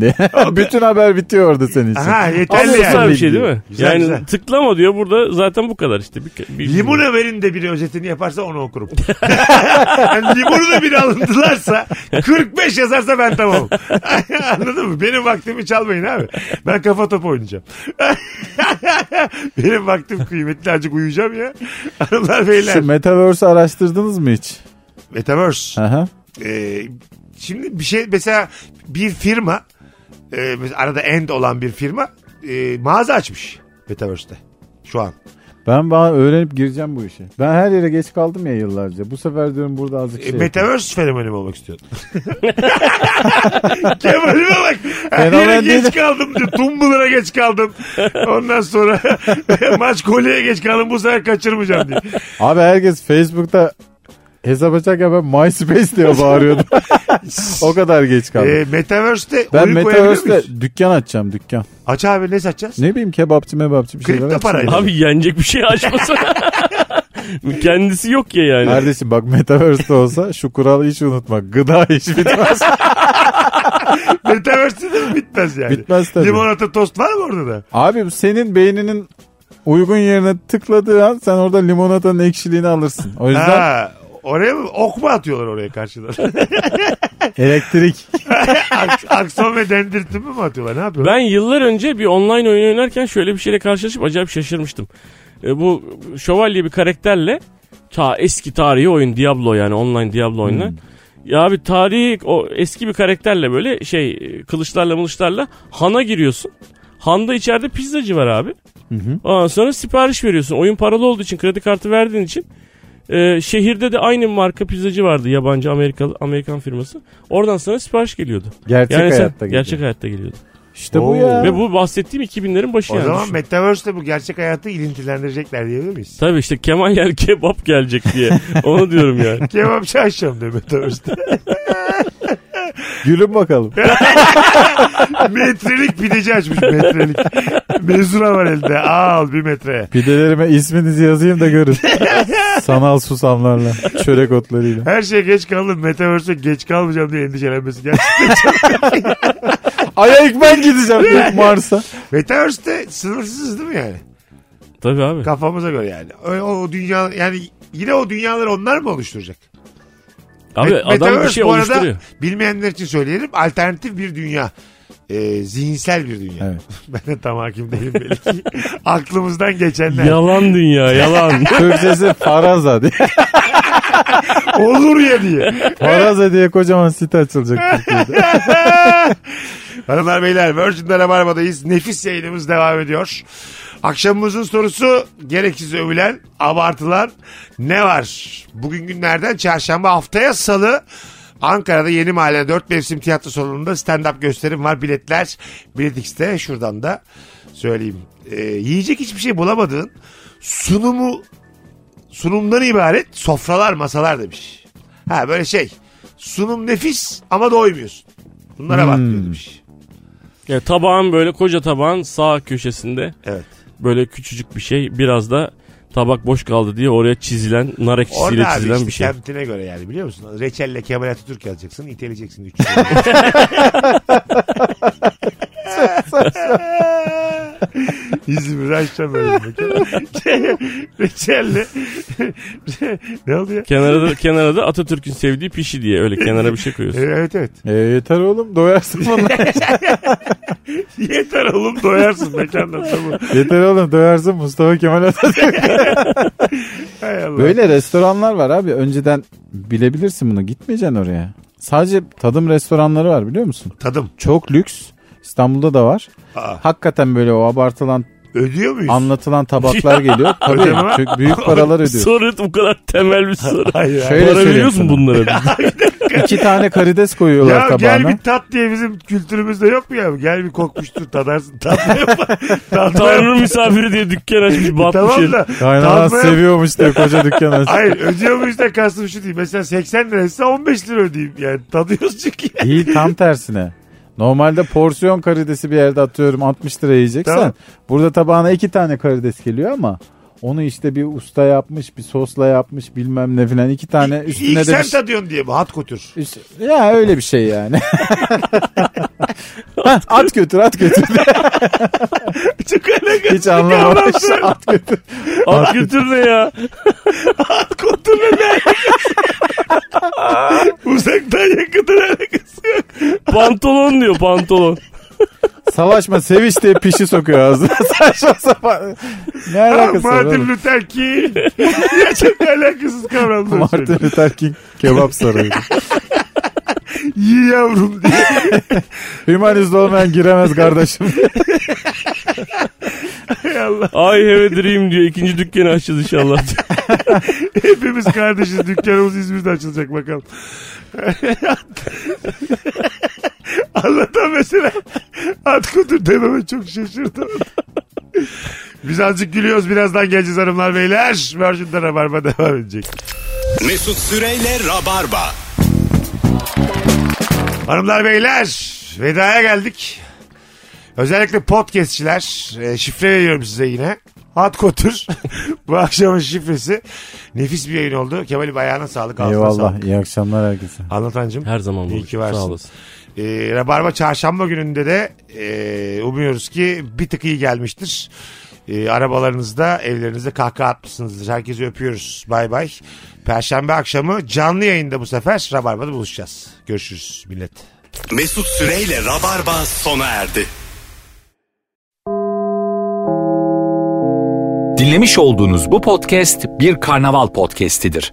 Speaker 4: diye. Bütün haber bitiyor orada senin için.
Speaker 3: Aha yeterli
Speaker 5: Aslında
Speaker 3: yani.
Speaker 5: bir şey değil mi?
Speaker 3: Güzel,
Speaker 5: yani
Speaker 3: güzel.
Speaker 5: tıklama diyor burada zaten bu kadar işte. Bir, bir
Speaker 3: Limon haberin de biri özetini yaparsa onu okurum. yani limonu da biri alıntılarsa 45 yazarsa ben tamam. Anladın mı? Benim vaktimi çalmayın abi. Ben kafa topu oynayacağım. Benim vaktim kıymetli azıcık uyuyacağım ya. Hanımlar beyler.
Speaker 4: Şu Metaverse'ü araştırdınız mı hiç?
Speaker 3: Metaverse.
Speaker 4: Aha.
Speaker 3: Ee, şimdi bir şey mesela bir firma e, mesela arada end olan bir firma e, mağaza açmış Metaverse'te şu an.
Speaker 4: Ben bana öğrenip gireceğim bu işe. Ben her yere geç kaldım ya yıllarca. Bu sefer diyorum burada azıcık
Speaker 3: E,
Speaker 4: şey. yapayım.
Speaker 3: Metaverse fenomeni mi olmak istiyordun? Kemal'ime bak. Her
Speaker 4: Fenomen
Speaker 3: yere geç
Speaker 4: değil.
Speaker 3: kaldım diyor. Tumbler'a geç kaldım. Ondan sonra maç kolye geç kaldım. Bu sefer kaçırmayacağım diye.
Speaker 4: Abi herkes Facebook'ta hesap açarken ben MySpace diye bağırıyordu. o kadar geç kaldım.
Speaker 3: E, Metaverse'te
Speaker 4: ben
Speaker 3: oyun koyabiliyor muyuz?
Speaker 4: Metaverse'de dükkan açacağım dükkan.
Speaker 3: Aç abi ne satacağız?
Speaker 4: Ne bileyim kebapçı mebapçı bir şeyler
Speaker 3: Kripto
Speaker 4: açacağım.
Speaker 3: parayla.
Speaker 5: Abi yenecek bir şey açmasın. Kendisi yok ya yani.
Speaker 4: Kardeşim bak Metaverse'de olsa şu kuralı hiç unutma. Gıda hiç bitmez.
Speaker 3: Metaverse'de de mi bitmez yani?
Speaker 4: Bitmez tabii.
Speaker 3: Limonata tost var mı orada da?
Speaker 4: Abi bu senin beyninin uygun yerine tıkladığı an sen orada limonatanın ekşiliğini alırsın. O yüzden
Speaker 3: Ha, oraya mı? Ok mu atıyorlar oraya karşıdan?
Speaker 4: elektrik.
Speaker 3: Aks- Akson ve dendirtimi mi atıyorlar? Ne yapıyorlar?
Speaker 5: Ben yıllar önce bir online oyun oynarken şöyle bir şeyle karşılaşıp acayip şaşırmıştım. E, bu şövalye bir karakterle ta eski tarihi oyun Diablo yani online
Speaker 4: Hmm.
Speaker 5: Diablo oyunu. Ya abi tarihi o eski bir karakterle böyle şey e, kılıçlarla mılıçlarla hana giriyorsun. Handa içeride pizzacı var abi. Ondan sonra sipariş veriyorsun. Oyun paralı olduğu için kredi kartı verdiğin için e, şehirde de aynı marka pizzacı vardı yabancı Amerikalı Amerikan firması. Oradan sana sipariş geliyordu.
Speaker 4: Gerçek
Speaker 5: yani sen-
Speaker 4: hayatta geliyor.
Speaker 5: gerçek hayatta geliyordu.
Speaker 4: İşte
Speaker 3: Oo.
Speaker 4: bu ya.
Speaker 5: Ve bu bahsettiğim 2000'lerin başı
Speaker 3: O
Speaker 5: yani.
Speaker 3: zaman
Speaker 5: Düşün.
Speaker 3: Metaverse'de bu gerçek hayatı ilintilendirecekler diyebilir miyiz?
Speaker 5: Tabii işte Kemal yer kebap gelecek diye. Onu diyorum yani.
Speaker 3: Kebapçı açacağım diyor Metaverse'de.
Speaker 4: Gülün bakalım.
Speaker 3: metrelik pideci açmış metrelik. Mezura var elde. Al bir metre.
Speaker 4: Pidelerime isminizi yazayım da görün. Sanal susamlarla, çörek otlarıyla.
Speaker 3: Her şeye geç kaldım. Metaverse'e geç kalmayacağım diye endişelenmesi gerçekten.
Speaker 4: Ay'a ilk ben gideceğim ilk Mars'a.
Speaker 3: Metaverse'de sınırsızız değil mi yani?
Speaker 5: Tabii abi.
Speaker 3: Kafamıza göre yani. Öyle o dünya yani yine o dünyaları onlar mı oluşturacak?
Speaker 5: Abi
Speaker 3: Met-
Speaker 5: adam bir
Speaker 3: Metaverse
Speaker 5: şey
Speaker 3: bu arada
Speaker 5: oluşturuyor.
Speaker 3: bilmeyenler için söyleyelim. Alternatif bir dünya. Ee, zihinsel bir dünya.
Speaker 4: Evet.
Speaker 3: ben de tam hakim değilim belki. Aklımızdan geçenler.
Speaker 5: Yalan dünya yalan.
Speaker 4: Türkçesi Faraza diye.
Speaker 3: Olur ya diye.
Speaker 4: Faraza diye kocaman site açılacak Türkiye'de.
Speaker 3: Hanımlar beyler Virgin'de Rabarba'dayız. Nefis yayınımız devam ediyor. Akşamımızın sorusu gereksiz övülen, abartılan ne var? Bugün günlerden çarşamba haftaya salı Ankara'da Yeni Mahalle 4 Mevsim Tiyatro Salonu'nda stand-up gösterim var. Biletler Bilet X'te şuradan da söyleyeyim. Ee, yiyecek hiçbir şey bulamadığın sunumu sunumdan ibaret sofralar masalar demiş. Ha böyle şey sunum nefis ama doymuyorsun. Bunlara bak diyor demiş.
Speaker 5: Ya tabağın böyle koca tabağın sağ köşesinde
Speaker 3: Evet.
Speaker 5: böyle küçücük bir şey. Biraz da tabak boş kaldı diye oraya çizilen nar ekşisiyle
Speaker 3: Orada abi
Speaker 5: çizilen
Speaker 3: işte
Speaker 5: bir şey.
Speaker 3: semtine göre yani biliyor musun? Reçelle Kemal Atatürk yazacaksın, iteleyeceksin 3 İzmir açacağım böyle. bir mekan. Reçelle. ne oldu ya?
Speaker 5: Kenara da, kenara da Atatürk'ün sevdiği pişi diye öyle kenara bir şey koyuyorsun.
Speaker 3: Evet evet.
Speaker 4: E, yeter oğlum doyarsın bana.
Speaker 3: Yeter oğlum doyarsın mekandan tamam.
Speaker 4: yeter oğlum doyarsın Mustafa Kemal Atatürk.
Speaker 3: Hay Allah.
Speaker 4: Böyle restoranlar var abi. Önceden bilebilirsin bunu. Gitmeyeceksin oraya. Sadece tadım restoranları var biliyor musun?
Speaker 3: Tadım.
Speaker 4: Çok lüks. İstanbul'da da var.
Speaker 3: Aa.
Speaker 4: Hakikaten böyle o abartılan
Speaker 3: Ödüyor muyuz?
Speaker 4: Anlatılan tabaklar geliyor. Tabii
Speaker 3: Ödeme.
Speaker 4: çünkü büyük paralar ödüyor.
Speaker 5: Soru bu kadar temel bir soru.
Speaker 3: Hayır ya.
Speaker 4: Şöyle
Speaker 5: Para
Speaker 4: söyleyeyim
Speaker 5: veriyoruz mu
Speaker 4: sana.
Speaker 5: bunlara? biz?
Speaker 4: İki tane karides koyuyorlar
Speaker 3: Ya gel
Speaker 4: tabağına.
Speaker 3: bir tat diye bizim kültürümüzde yok mu ya? Gel bir kokmuştur tadarsın. Tatlı yapar.
Speaker 5: Tanrı misafiri diye dükkan açmış batmış
Speaker 3: tamam
Speaker 5: herif.
Speaker 3: da.
Speaker 4: Kaynanan
Speaker 3: tatlıya-
Speaker 4: seviyormuş diye koca dükkan açtı.
Speaker 3: Hayır ödüyor muyuz da kastım şu değil. Mesela 80 liraysa 15 lira ödeyeyim. Yani tadıyoruz çünkü. yani.
Speaker 4: Değil tam tersine. Normalde porsiyon karidesi bir yerde atıyorum 60 lira yiyeceksen.
Speaker 3: Tamam.
Speaker 4: Burada tabağına iki tane karides geliyor ama onu işte bir usta yapmış, bir sosla yapmış bilmem ne filan. iki tane
Speaker 3: İlk
Speaker 4: üstüne de
Speaker 3: sen
Speaker 4: bir şey-
Speaker 3: tadıyorsun diye mi? Hat kotur.
Speaker 4: üst- Ya öyle bir şey yani. Ha, at götür at götür.
Speaker 3: Çok alakalı.
Speaker 4: Hiç anlamamış. at götür.
Speaker 5: At götür ne ya?
Speaker 3: Hat kotur ne alakası? Uzaktan yakından alakası yok.
Speaker 5: Pantolon diyor pantolon.
Speaker 4: Savaşma seviş diye pişi sokuyor ağzına. Saçma sapan. Ne alakası var?
Speaker 3: Martin
Speaker 4: oğlum?
Speaker 3: Luther King. ya çok alakasız kavramlar.
Speaker 4: Martin Luther King kebap sarayı.
Speaker 3: Yi yavrum diye.
Speaker 4: Hümanist olmayan giremez kardeşim.
Speaker 5: Ay have a dream diyor. İkinci dükkanı açacağız inşallah.
Speaker 3: Hepimiz kardeşiz. Dükkanımız İzmir'de açılacak bakalım. Anlatan mesela at kutur dememe çok şaşırdım. Biz azıcık gülüyoruz. Birazdan geleceğiz hanımlar beyler. Virgin'de Rabarba devam edecek.
Speaker 2: Mesut Süreyle Rabarba.
Speaker 3: Hanımlar beyler vedaya geldik. Özellikle podcastçiler e, şifre veriyorum size yine. Hat kotur. Bu akşamın şifresi. Nefis bir yayın oldu. Kemal'im ayağına sağlık. ağzına
Speaker 4: Eyvallah.
Speaker 3: sağlık.
Speaker 4: iyi akşamlar herkese.
Speaker 3: Anlatancım.
Speaker 5: Her zaman
Speaker 3: İyi
Speaker 5: bu.
Speaker 3: ki
Speaker 5: Sağ
Speaker 3: varsın.
Speaker 5: olasın.
Speaker 3: E, Rabarba çarşamba gününde de e, umuyoruz ki bir tık iyi gelmiştir. E, arabalarınızda, evlerinizde kahkaha atmışsınızdır. Herkesi öpüyoruz. Bay bay. Perşembe akşamı canlı yayında bu sefer Rabarba'da buluşacağız. Görüşürüz millet.
Speaker 2: Mesut Süreyle Rabarba sona erdi.
Speaker 1: Dinlemiş olduğunuz bu podcast bir karnaval podcastidir.